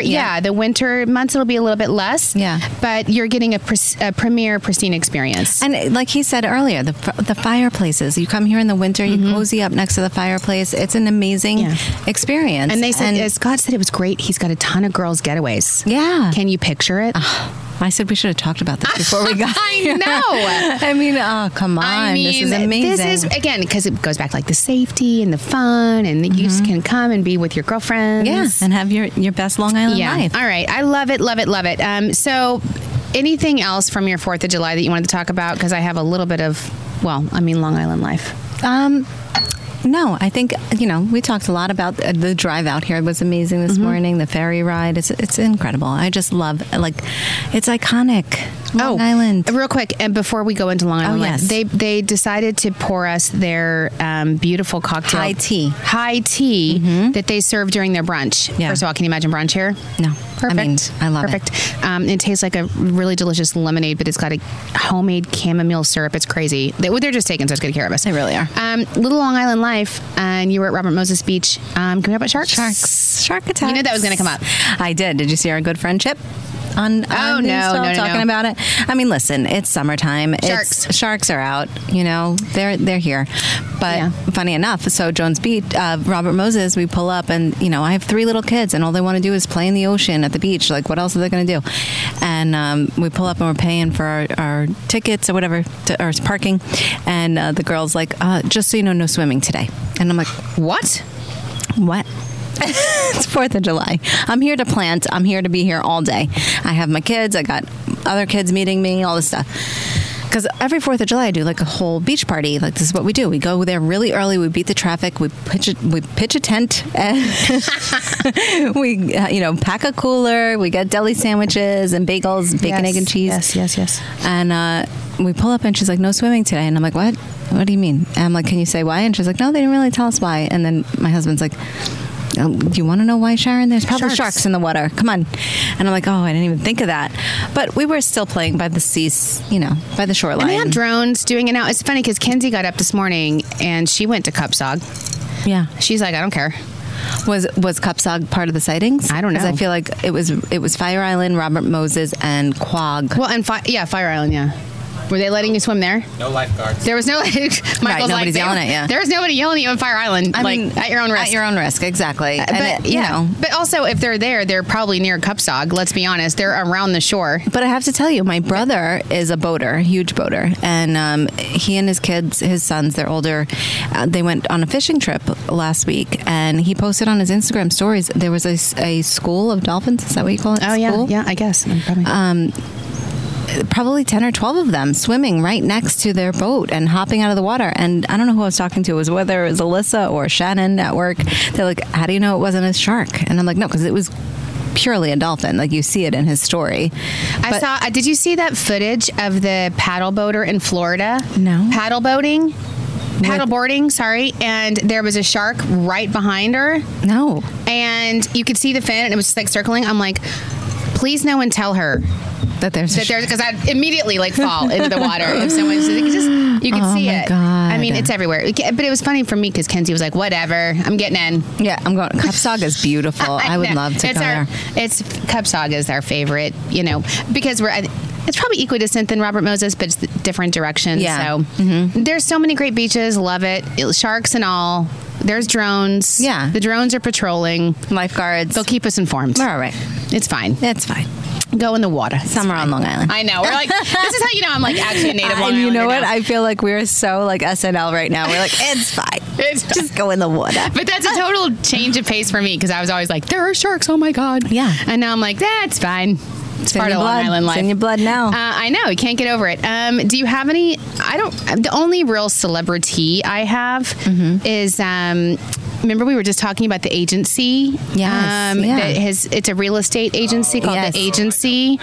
yeah.
yeah. the winter months, it'll be a little bit less.
Yeah.
but you're getting a, pres- a premier pristine experience.
And like he said earlier, the the fireplaces. You come here in the winter, you cozy up next to the fireplace. It's an amazing
Mm-hmm. Yeah.
experience.
And they said, as God said, it was great. He's got a ton of girls' getaways.
Yeah. Uh-huh,
Can you picture it?
I said we should have talked about this before we got
I know.
I mean, oh, come on.
I mean,
this is amazing.
This is again because it goes back to, like the safety and the fun, and you just can come and be with your girlfriends.
Mm-hmm. yeah, and have your, your best Long Island
yeah.
life.
All right. I love it, love it, love it. Um, so, anything else from your 4th of July that you wanted to talk about? Because I have a little bit of, well, I mean, Long Island life.
Um, no, I think you know we talked a lot about uh, the drive out here. It was amazing
Mm-hmm.
this morning. The ferry ride, it's it's incredible. I just love like it's iconic.
Oh.
Long Island. Oh,
Real quick, and before we go into Long Island,
yes.
life, they they decided to pour us their um, beautiful cocktail
High tea. Mm-hmm.
high tea that they serve during their brunch.
Yeah.
First of all, can you imagine brunch here?
No. I
perfect.
mean, I love it.
perfect. Perfect. Um, it tastes like a really delicious lemonade, but it's got a homemade chamomile syrup. It's crazy. They, well, they're just taking such good care of us.
They really are.
Um, Little Long Island Life, and you were at Robert Moses Beach. Um, can we talk about sharks?
Sharks, shark attack.
You knew that was gonna come up.
I did. Did you see our good friendship? On,
Oh,
on
no,
Newsfeld
no, no,
talking
no.
about it. I mean, listen, it's summertime. It's-
Sharks.
sharks are out. You know, they're they're here. But
Yeah.
funny enough, so Jones Beach, uh, Robert Moses, we pull up, and you know, I have three little kids, and all they want to do is play in the ocean at the beach. Like, what else are they going to do? And um, we pull up, and we're paying for our, our tickets or whatever, to, or parking. And uh, the girl's like, uh, just so you know, no swimming today. And I'm like,
What?
what? it's Fourth of July. I'm here to plant. I'm here to be here all day. I have my kids. I got other kids meeting me. All this stuff. Because every Fourth of July, I do like a whole beach party. Like this is what we do. We go there really early. We beat the traffic. We pitch. A, we pitch a tent. and we uh, you know pack a cooler. We get deli sandwiches and bagels, bacon, egg, and cheese.
Yes, yes, yes.
And uh, we pull up, and she's like, "No swimming today." And I'm like, "What? What do you mean?" And I'm like, "Can you say why?" And she's like, "No, they didn't really tell us why." And then my husband's like, "Um, "Do you want to know why, Sharon? There's probably sharks.
Sharks.
in the water. Come on." And I'm like, "Oh, I didn't even think of that." But we were still playing by the sea, you know, by the shoreline.
And they have drones doing it now. It's funny because Kenzie got up this morning and she went to Cupsog.
yeah.
She's like, I don't care.
Was was Cupsog part of the sightings?
I don't
'Cause I
know.
feel like it was it was Fire Island, Robert Moses, and Quag.
Well, and fi- yeah, Fire Island, yeah. Were they letting you swim there?
No lifeguards.
There was no like, Michael's like,
nobody's
they-
yelling at you.
There was nobody yelling at you on Fire Island.
I
like,
mean,
at your own risk. Uh,
At your own risk, exactly. And it-
but
you
yeah,
know.
but also if they're there, they're probably near Cupsog. Let's be honest, they're around the shore.
But I have to tell you, my brother is a boater, huge boater, and um, he and his kids, his sons, they're older. Uh, they went on a fishing trip last week, and he posted on his Instagram stories. There was a, s- a school of dolphins. Is that what you call it? School?
Oh, yeah, I guess. Probably.
Probably ten or twelve of them swimming right next to their boat and hopping out of the water. And I don't know who I was talking to. It was whether it was Alyssa or Shannon at work. They're like, "How do you know it wasn't a shark?" And I'm like, "No, because it was." Purely a dolphin, like you see it in his story.
I
But-
saw. uh, Did you see that footage of the paddle boater in Florida?
No.
Paddle boating, paddle boarding. Sorry, and there was a shark right behind her,
No,
and you could see the fin, and it was just like circling. I'm like, please, no one tell her
that there's a
that there's because I'd immediately like fall into the water if someone just you could
Oh,
see
my
it.
God.
I mean, it's everywhere. It ca- But it was funny for me because Kenzie was like, whatever, I'm getting in.
Yeah, I'm going. Kapsog is beautiful. I, would
know.
love to
it's
go
our,
there.
It's Cupsog is our favorite, you know, because we're. It's probably equidistant than Robert Moses, but it's the different directions.
Yeah. Mm-hmm.
So there's so many great beaches. Love it. It- Sharks and all. There's drones.
Yeah.
The drones are patrolling.
Lifeguards.
They'll keep us informed.
We're all right.
It's fine.
That's fine.
Go in the water.
Some are on Long Island.
I know. We're like, this is how you know I'm like actually a native. Long
and you know what?
Islander now.
I feel like we're so like SNL right now. We're like, it's fine.
It's
just go in the water.
But that's a total change of pace for me because I was always like, there are sharks. Oh my God.
Yeah.
And now I'm like, that's fine. It's
in
part of
your
Long
blood.
Island
It's
life.
in your blood now.
Uh, I know. You can't get over it. Um, do you have any? I don't. The only real celebrity I have
Mm-hmm.
is. Um, Remember, we were just talking about the agency. Um,
Yes, yeah.
that has- it's a real estate agency called
Yes.
the Agency,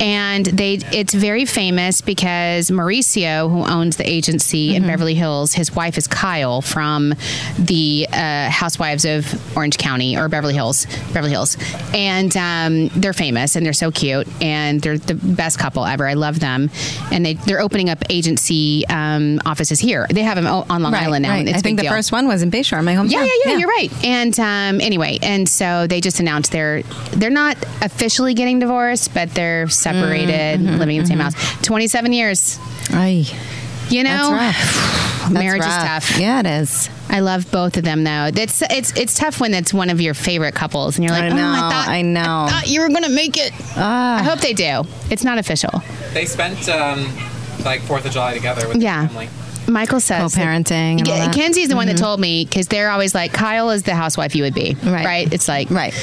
and they it's very famous because Mauricio, who owns the agency
Mm-hmm.
in Beverly Hills, his wife is Kyle from the uh, Housewives of Orange County or Beverly Hills, Beverly Hills, and um, they're famous and they're so cute and they're the best couple ever. I love them, and they they're opening up agency um, offices here. They have them o- on Long Island now. and It's
I
a big
think the
deal.
first one was in Bayshore, my hometown.
Yeah, yeah, yeah, You're right. And um, anyway, and so they just announced they're they're not officially getting
Mm-hmm,
divorced, but they're separated, living in the same house. Twenty seven years.
Ay.
You
That's
know,
rough. That's
marriage is
rough.
tough.
Yeah, it is.
I love both of them though. That's it's it's tough when it's one of your favorite couples and you're like,
I
oh, I
know,
thought
I know.
thought you were gonna make it.
Ah,
I hope they do. It's not official.
They spent um, like Fourth of July together with
Yeah.
their family.
Michael says
Oh,
that-
Co-parenting and all
Yeah,
that. Mm-hmm.
Kenzie's the one that told me because they're always like, Kyle is the housewife you would be,
Right.
Right? It's like,
Right.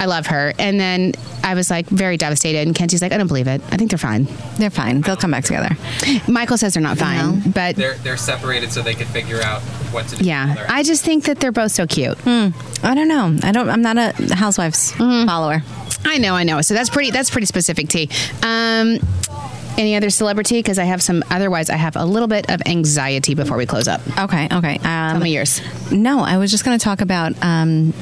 I love her, and then I was like very devastated, and Kenzie's like, I don't believe it. I think they're fine.
They're fine. They'll come back together.
Michael says they're not fine, but
They're they're separated so they could figure out what to do.
yeah,
together.
I just think that they're both so cute.
Hmm. I don't know. I don't. I'm not a housewives
Mm-hmm.
follower.
I know, I know. So that's pretty. That's pretty specific. T. Um, any other celebrity? Because I have some. Otherwise, I have a little bit of anxiety before we close up.
Okay. Okay. Um,
Tell me yours.
No, I was just going to talk about. Um,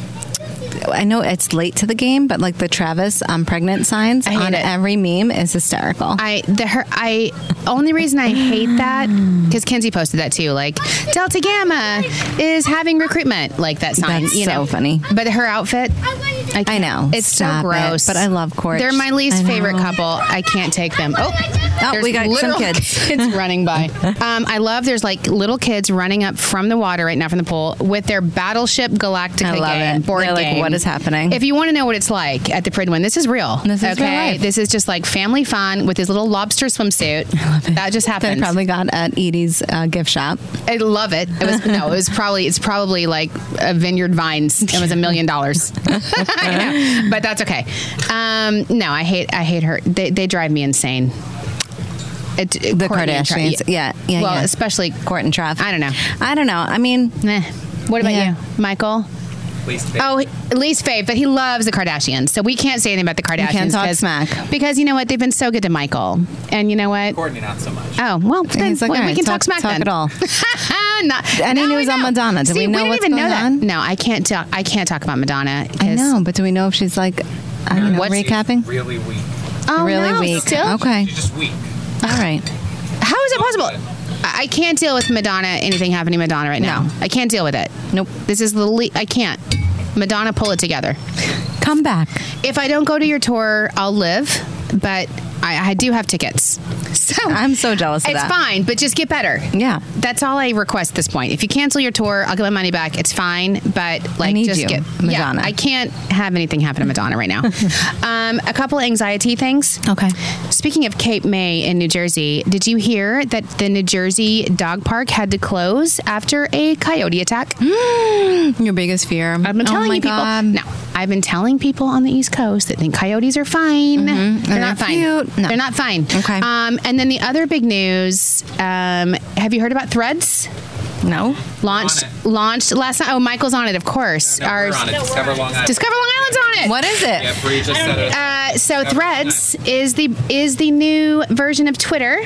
I know it's late to the game, but like the Travis um, pregnant signs
I hate
on
it.
every meme is hysterical.
I the her I only reason I hate that because Kenzie posted that too. Like Delta Gamma is having recruitment, like that sign.
That's
you
so
know.
funny.
But her outfit, I,
I know.
it's
Stop
so
it.
gross.
But I love Courtch.
They're my
I
least
know.
favorite couple. I can't take them. Oh,
Oh,
there's
we got some
literal
kids.
running by. Um, I love there's like little kids running up from the water right now from the pool with their Battleship Galactica
I love
game,
it.
board
They're like,
game.
"What is happening?"
If you want to know what it's like at the Pridwin, this is real.
This is real
okay.
life.
This is just like family fun with his little lobster swimsuit. That just
that I
happened.
probably got at Edie's uh, gift shop.
I love it. It was no, it was probably it's probably like a vineyard vines. It was a million dollars. I know, but that's okay. Um, no, I hate I hate her. They, they drive me insane. It,
The
Kourtney and Tra-
Kardashians. Yeah. Yeah.
well,
yeah.
especially
Court and Trav.
I don't know.
I don't know. I mean,
Eh. What about
Yeah.
you, Michael?
Least favorite.
Oh, least fave, but he loves the Kardashians, so we can't say anything about the Kardashians.
can't talk
'cause-
smack.
because you know what? They've been so good to Michael, and you know what?
Courtney not so much.
Oh well, then
he's like,
we,
all
we
right,
can
talk,
talk, smack
talk
then.
at all.
Not-
Any
now we
news on
know.
Madonna? Do
See,
we know
didn't
what's
even
going
know that.
on?
No, I can't talk. I can't talk about Madonna.
I
'cause-
know, but do we know if she's like, I don't know,
What's-
recapping?
Really weak.
Oh,
really
no,
weak.
Still,
Okay.
She's just weak.
All right.
how is it possible? I I can't deal with Madonna. Anything happening to Madonna right now?
No.
I can't deal with it.
Nope.
This is the le- I can't. Madonna, pull it together.
Come back.
If I don't go to your tour, I'll live. But I, I do have tickets. So
I'm so jealous of
it's
that.
fine, but just get better.
Yeah.
That's all I request at this point. If you cancel your tour, I'll get my money back. It's fine, but like
need
just
you,
get
Madonna.
Yeah, I can't have anything happen to Madonna right now. um, a couple anxiety things.
Okay.
Speaking of Cape May in New Jersey, did you hear that the New Jersey dog park had to close after a coyote attack?
Your biggest fear.
I've been telling
oh my
you people.
God.
No, I've been telling people on the East Coast that think coyotes are fine. They're,
Mm-hmm. They're
not fine.
cute. No.
They're not fine.
Okay.
Um, and then the other big news. Um, have you heard about Threads?
No.
Launched
On it.
launched last night. Oh, Michael's on it, of course.
No, we're on it. Discover Long Island.
Discover Long Island's on it.
What is it?
Yeah, Bree just said it.
Uh, so
Discover
Threads is the is the new version of Twitter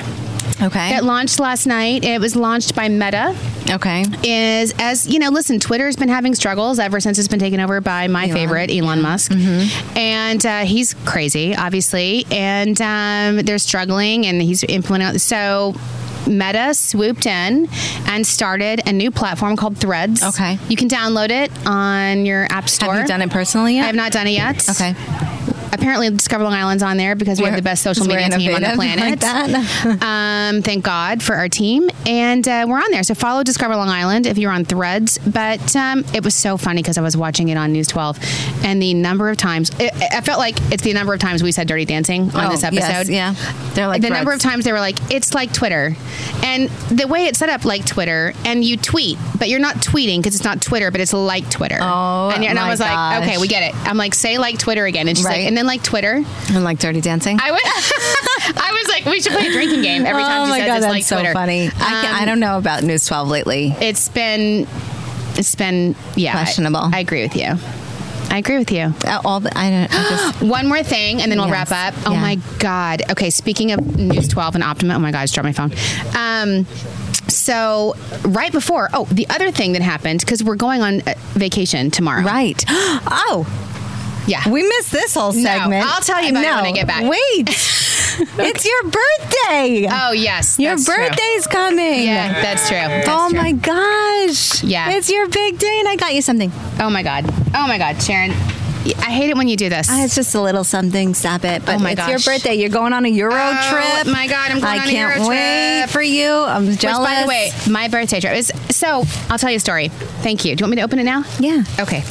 Okay.
that launched last night. It was launched by Meta.
okay.
Is as you know, listen, Twitter's been having struggles ever since it's been taken over by my favorite Elon Musk,
Mm-hmm.
and uh, he's crazy, obviously, and um, they're struggling, and he's implementing. So. Meta swooped in and started a new platform called Threads.
Okay.
You can download it on your app store.
Have you done it personally yet?
I have not done it yet.
Okay.
Apparently, Discover Long Island's on there because we have
We're-
the best social
'cause we're
media team on the
innovative
planet.
Like that.
um, thank God for our team, and uh, we're on there. So follow Discover Long Island if you're on Threads. But um, it was so funny because I was watching it on News 12, and the number of times it, I felt like it's the number of times we said "Dirty Dancing" on
Oh,
this
yes,
episode.
yeah. They're like
the number of
Threads.
times they were like, "It's like Twitter," and the way it's set up like Twitter, and you tweet, but you're not tweeting because it's not Twitter, but it's like Twitter.
Oh,
and, and I
my
was like,
gosh.
"Okay, we get it." I'm like, "Say like Twitter again," and she's like,
Right.
"And then like Twitter."
And like Dirty Dancing.
I was, I was like, we should play a drinking game every time
oh
she
my
says
god,
it's
that's
like
so
Twitter.
funny. I, ca- I
Um,
don't know about News 12 lately.
It's been, it's been, yeah, I-
Questionable.
I, agree with you. I agree with you.
Uh, All the, I don't. I just,
One more thing, and then we'll
Yes.
wrap up. Oh
Yeah.
my god. Okay, speaking of News 12 and Optima. Oh my gosh, drop my phone. Um, so right before, oh, the other thing that happened because we're going on uh, vacation tomorrow.
right. Oh,
Yeah.
we missed this whole segment.
I'll tell you about it
no,
when I get back.
Wait. It's your birthday.
oh yes.
your
that's true.
birthday's coming.
Yeah, that's true. That's
oh
true.
my gosh.
Yeah.
It's your big day and I got you something.
Oh my god. Oh my god, Sharon. I hate it when you do this.
Ah, It's just a little something. Stop it. But
Oh my
it's
gosh.
your birthday. You're going on a Euro
Oh
trip.
my God, I'm going
I
on a
can't
Euro
wait
trip.
for you. I'm
Which,
jealous.
by the way, my birthday trip is. So I'll tell you a story. Thank you. Do you want me to open it now?
Yeah.
Okay.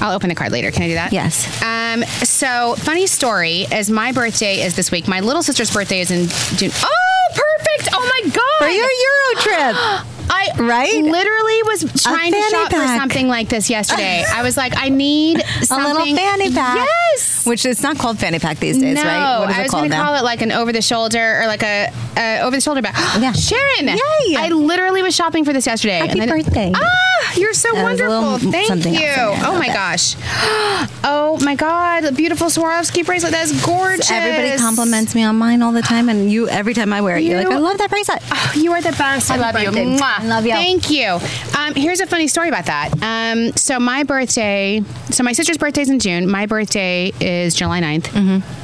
I'll open the card later. Can I do that?
Yes.
Um. So funny story is my birthday is this week. My little sister's birthday is in June. Oh, perfect! Oh my God!
for your Euro trip.
I
Right?
literally was trying to
fanny
shop for
pack.
something like this yesterday. I was like, I need something.
A little fanny pack.
Yes.
Which it's not called fanny pack these days,
no,
right? What is
I
it
was
called
going to
now?
call it like an over the shoulder or like a uh, over the shoulder bag.
Yeah.
Sharon,
Yay.
I literally was shopping for this yesterday.
Happy
and then-
birthday.
Ah, you're so
That was a
wonderful.
little m-
Thank
something
you.
else in there,
Oh
not
my
bad.
gosh. Oh my God, the beautiful Swarovski bracelet. That's gorgeous.
Everybody compliments me on mine all the time, and you every time I wear it, you, are like,
You-
I love that bracelet.
Oh, you are the best. I love you. Mwah.
I love you.
Thank you. Um, here's a funny story about that. Um, so my birthday, so my sister's birthday's in June. My birthday is July 9th.
Mm-hmm.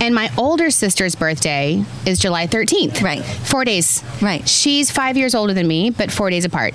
And my older sister's birthday is July 13th.
Right.
Four days.
Right.
She's five years older than me, but four days apart.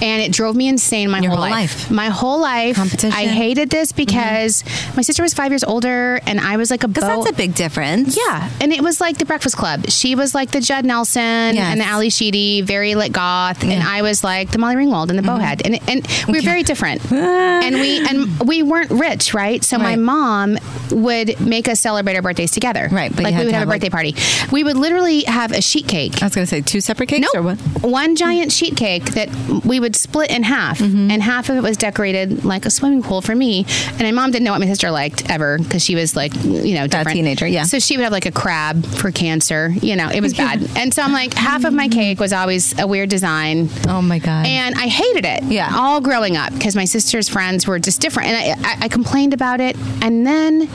And it drove me insane my
Your
whole
whole
life.
life.
My whole life.
Competition. Mm-hmm.
I hated this because my sister was five years older and I was like a
Because
boat.
that's a big difference.
Oh. Yeah, and it was like the Breakfast Club. She was like the Judd Nelson and the Ali Sheedy, very like goth, and I was like the Molly Ringwald
Mm-hmm.
and the Bowhead, and and we were very different. and we and we weren't rich, right? So my
Right.
mom would make us celebrate our birthdays together.
Right, but you
like
had
we would
to
have, a
have, like-
birthday party. We would literally have a sheet cake.
I was going to say two separate cakes or
Nope.
what?
One giant sheet cake that we would split in half,
Mm-hmm.
and half of it was decorated like a swimming pool for me. And my mom didn't know what my sister liked ever because she was like, you know, different
teenager, yeah.
So she would have like a crab for cancer. You know, it was bad. And so I'm like, half of my cake was always a weird design.
Oh my god.
And I hated it.
Yeah.
All growing up because my sister's friends were just different. And I, I, I complained about it. And then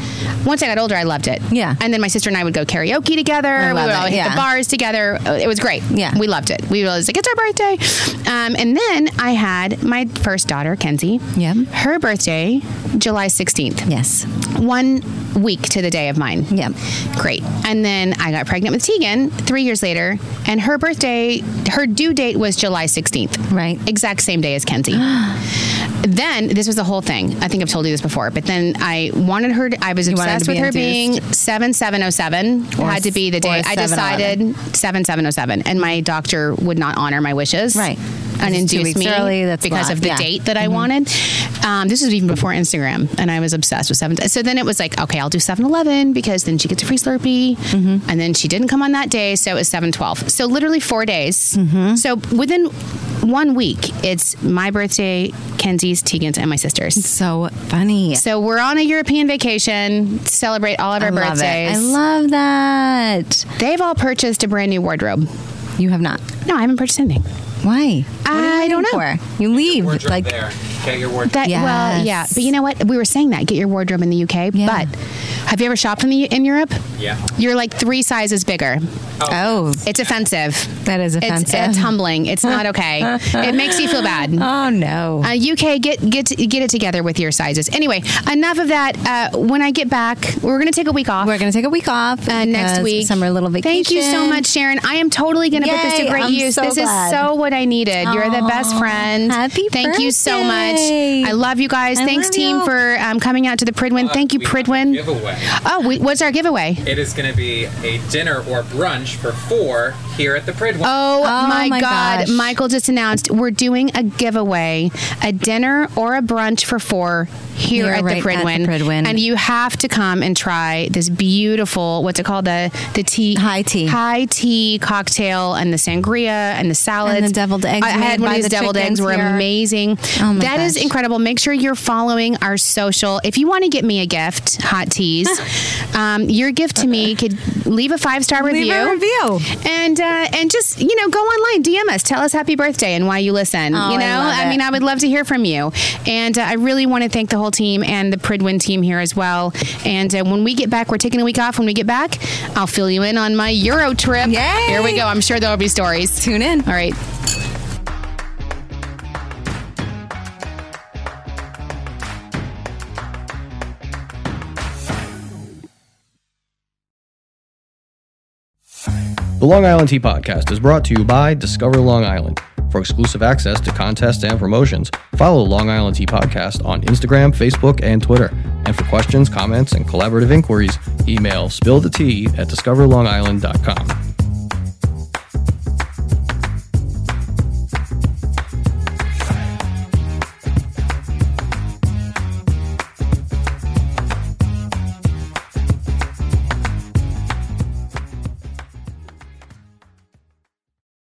once I got older, I loved it.
Yeah.
And then my sister and I would go karaoke together.
I
we
love
would
it,
all hit
yeah.
the bars together. Uh, It was great.
Yeah.
We loved it. We realized like, it's our birthday. Um, and then I had my first daughter, Kenzie.
Yep.
Her birthday, July 16th.
yes.
One week to the day of mine.
Yep.
Great. And then I got pregnant with Tegan three years later, and her birthday, her due date was July 16th.
Right.
Exact same day as Kenzie. then, this was the whole thing. I think I've told you this before, but then I wanted her, to, I was
wanted
obsessed
to
with
be
her
induced.
being 7707.
Or
had to be the
s-
day.
or
I decided 7707, and my doctor would not honor my wishes.
Right.
And
It's two
induced
weeks
me
early, that's a
because
lot,
of the
yeah. Mm-hmm.
date that I wanted. Um, this was even before Instagram, and I was obsessed with seven. So then it was like, okay, I'll do 7 Eleven because then she gets a free Slurpee.
Mm-hmm.
And then she didn't come on that day, so it was 7 12. So literally four days.
Mm-hmm.
So within one week, it's my birthday, Kenzie's, Tegan's, and my sister's.
So funny.
So we're on a European vacation, celebrate all of
I
our
love it.
birthdays.
I love that.
They've all purchased a brand new wardrobe.
You have not.
No, I haven't purchased anything.
Why? What
I
are you
don't
waiting
know.
For? You leave
Wardrobe
like
there. Get your wardrobe.
That well,
Yes.
yeah. But you know what? We were saying that get your wardrobe in the UK.
Yeah.
But have you ever shopped in the in Europe?
Yeah.
You're like three sizes bigger.
oh,
It's offensive.
that is
It's,
offensive.
it's humbling. It's not okay. it makes you feel bad.
oh no.
Uh, UK, get get get it together with your sizes. Anyway, enough of that. Uh, when I get back, we're gonna take a week off.
We're gonna take a week off
uh, next
because
week.
Summer little vacation.
Thank you so much, Sharon. I am totally going to put this to
Yay,
great
I'm
use.
so
this
glad.
is so what I needed. You're the best
Aw,
friend.
happy
Thank you so much.
birthday.
I love you guys.
I
Thanks,
love
team,
you.
for um, coming out to the Pridwin. Thank you,
Uh, We have a
Pridwin.
Giveaway.
Oh, we, what's our giveaway?
It is going to be a dinner or brunch for four here at the Pridwin.
Oh, my,
my
God.
gosh.
Michael just announced we're doing a giveaway, a dinner or a brunch for four
Here,
here at,
right at
the
the
Pridwin.
Pridwin.
And you have to come and try this beautiful, what's it called? The the tea.
High tea.
High tea cocktail and the sangria and the salads.
And the deviled eggs
I
made
had one
by
of these
the
deviled eggs
chickens
were
here.
amazing.
Oh my
That is
gosh.
incredible. Make sure you're following our social. If you want to get me a gift, hot teas, um, your gift to me could leave a five star review
Leave a review.
and uh, and just you know go online dm us tell us happy birthday and why you listen
Oh,
you
I
know
love
i,
it.
mean i would love to hear from you and uh, i really want to thank the whole team and the pridwin team here as well and uh, when we get back we're taking a week off when we get back i'll fill you in on my euro trip
Yay!
here we go i'm sure there'll be stories
Tune in.
all right
The Long Island Tea Podcast is brought to you by Discover Long Island. For exclusive access to contests and promotions, follow the Long Island Tea Podcast on Instagram, Facebook, and Twitter. And for questions, comments, and collaborative inquiries, email spill the tea at discoverlongisland.com.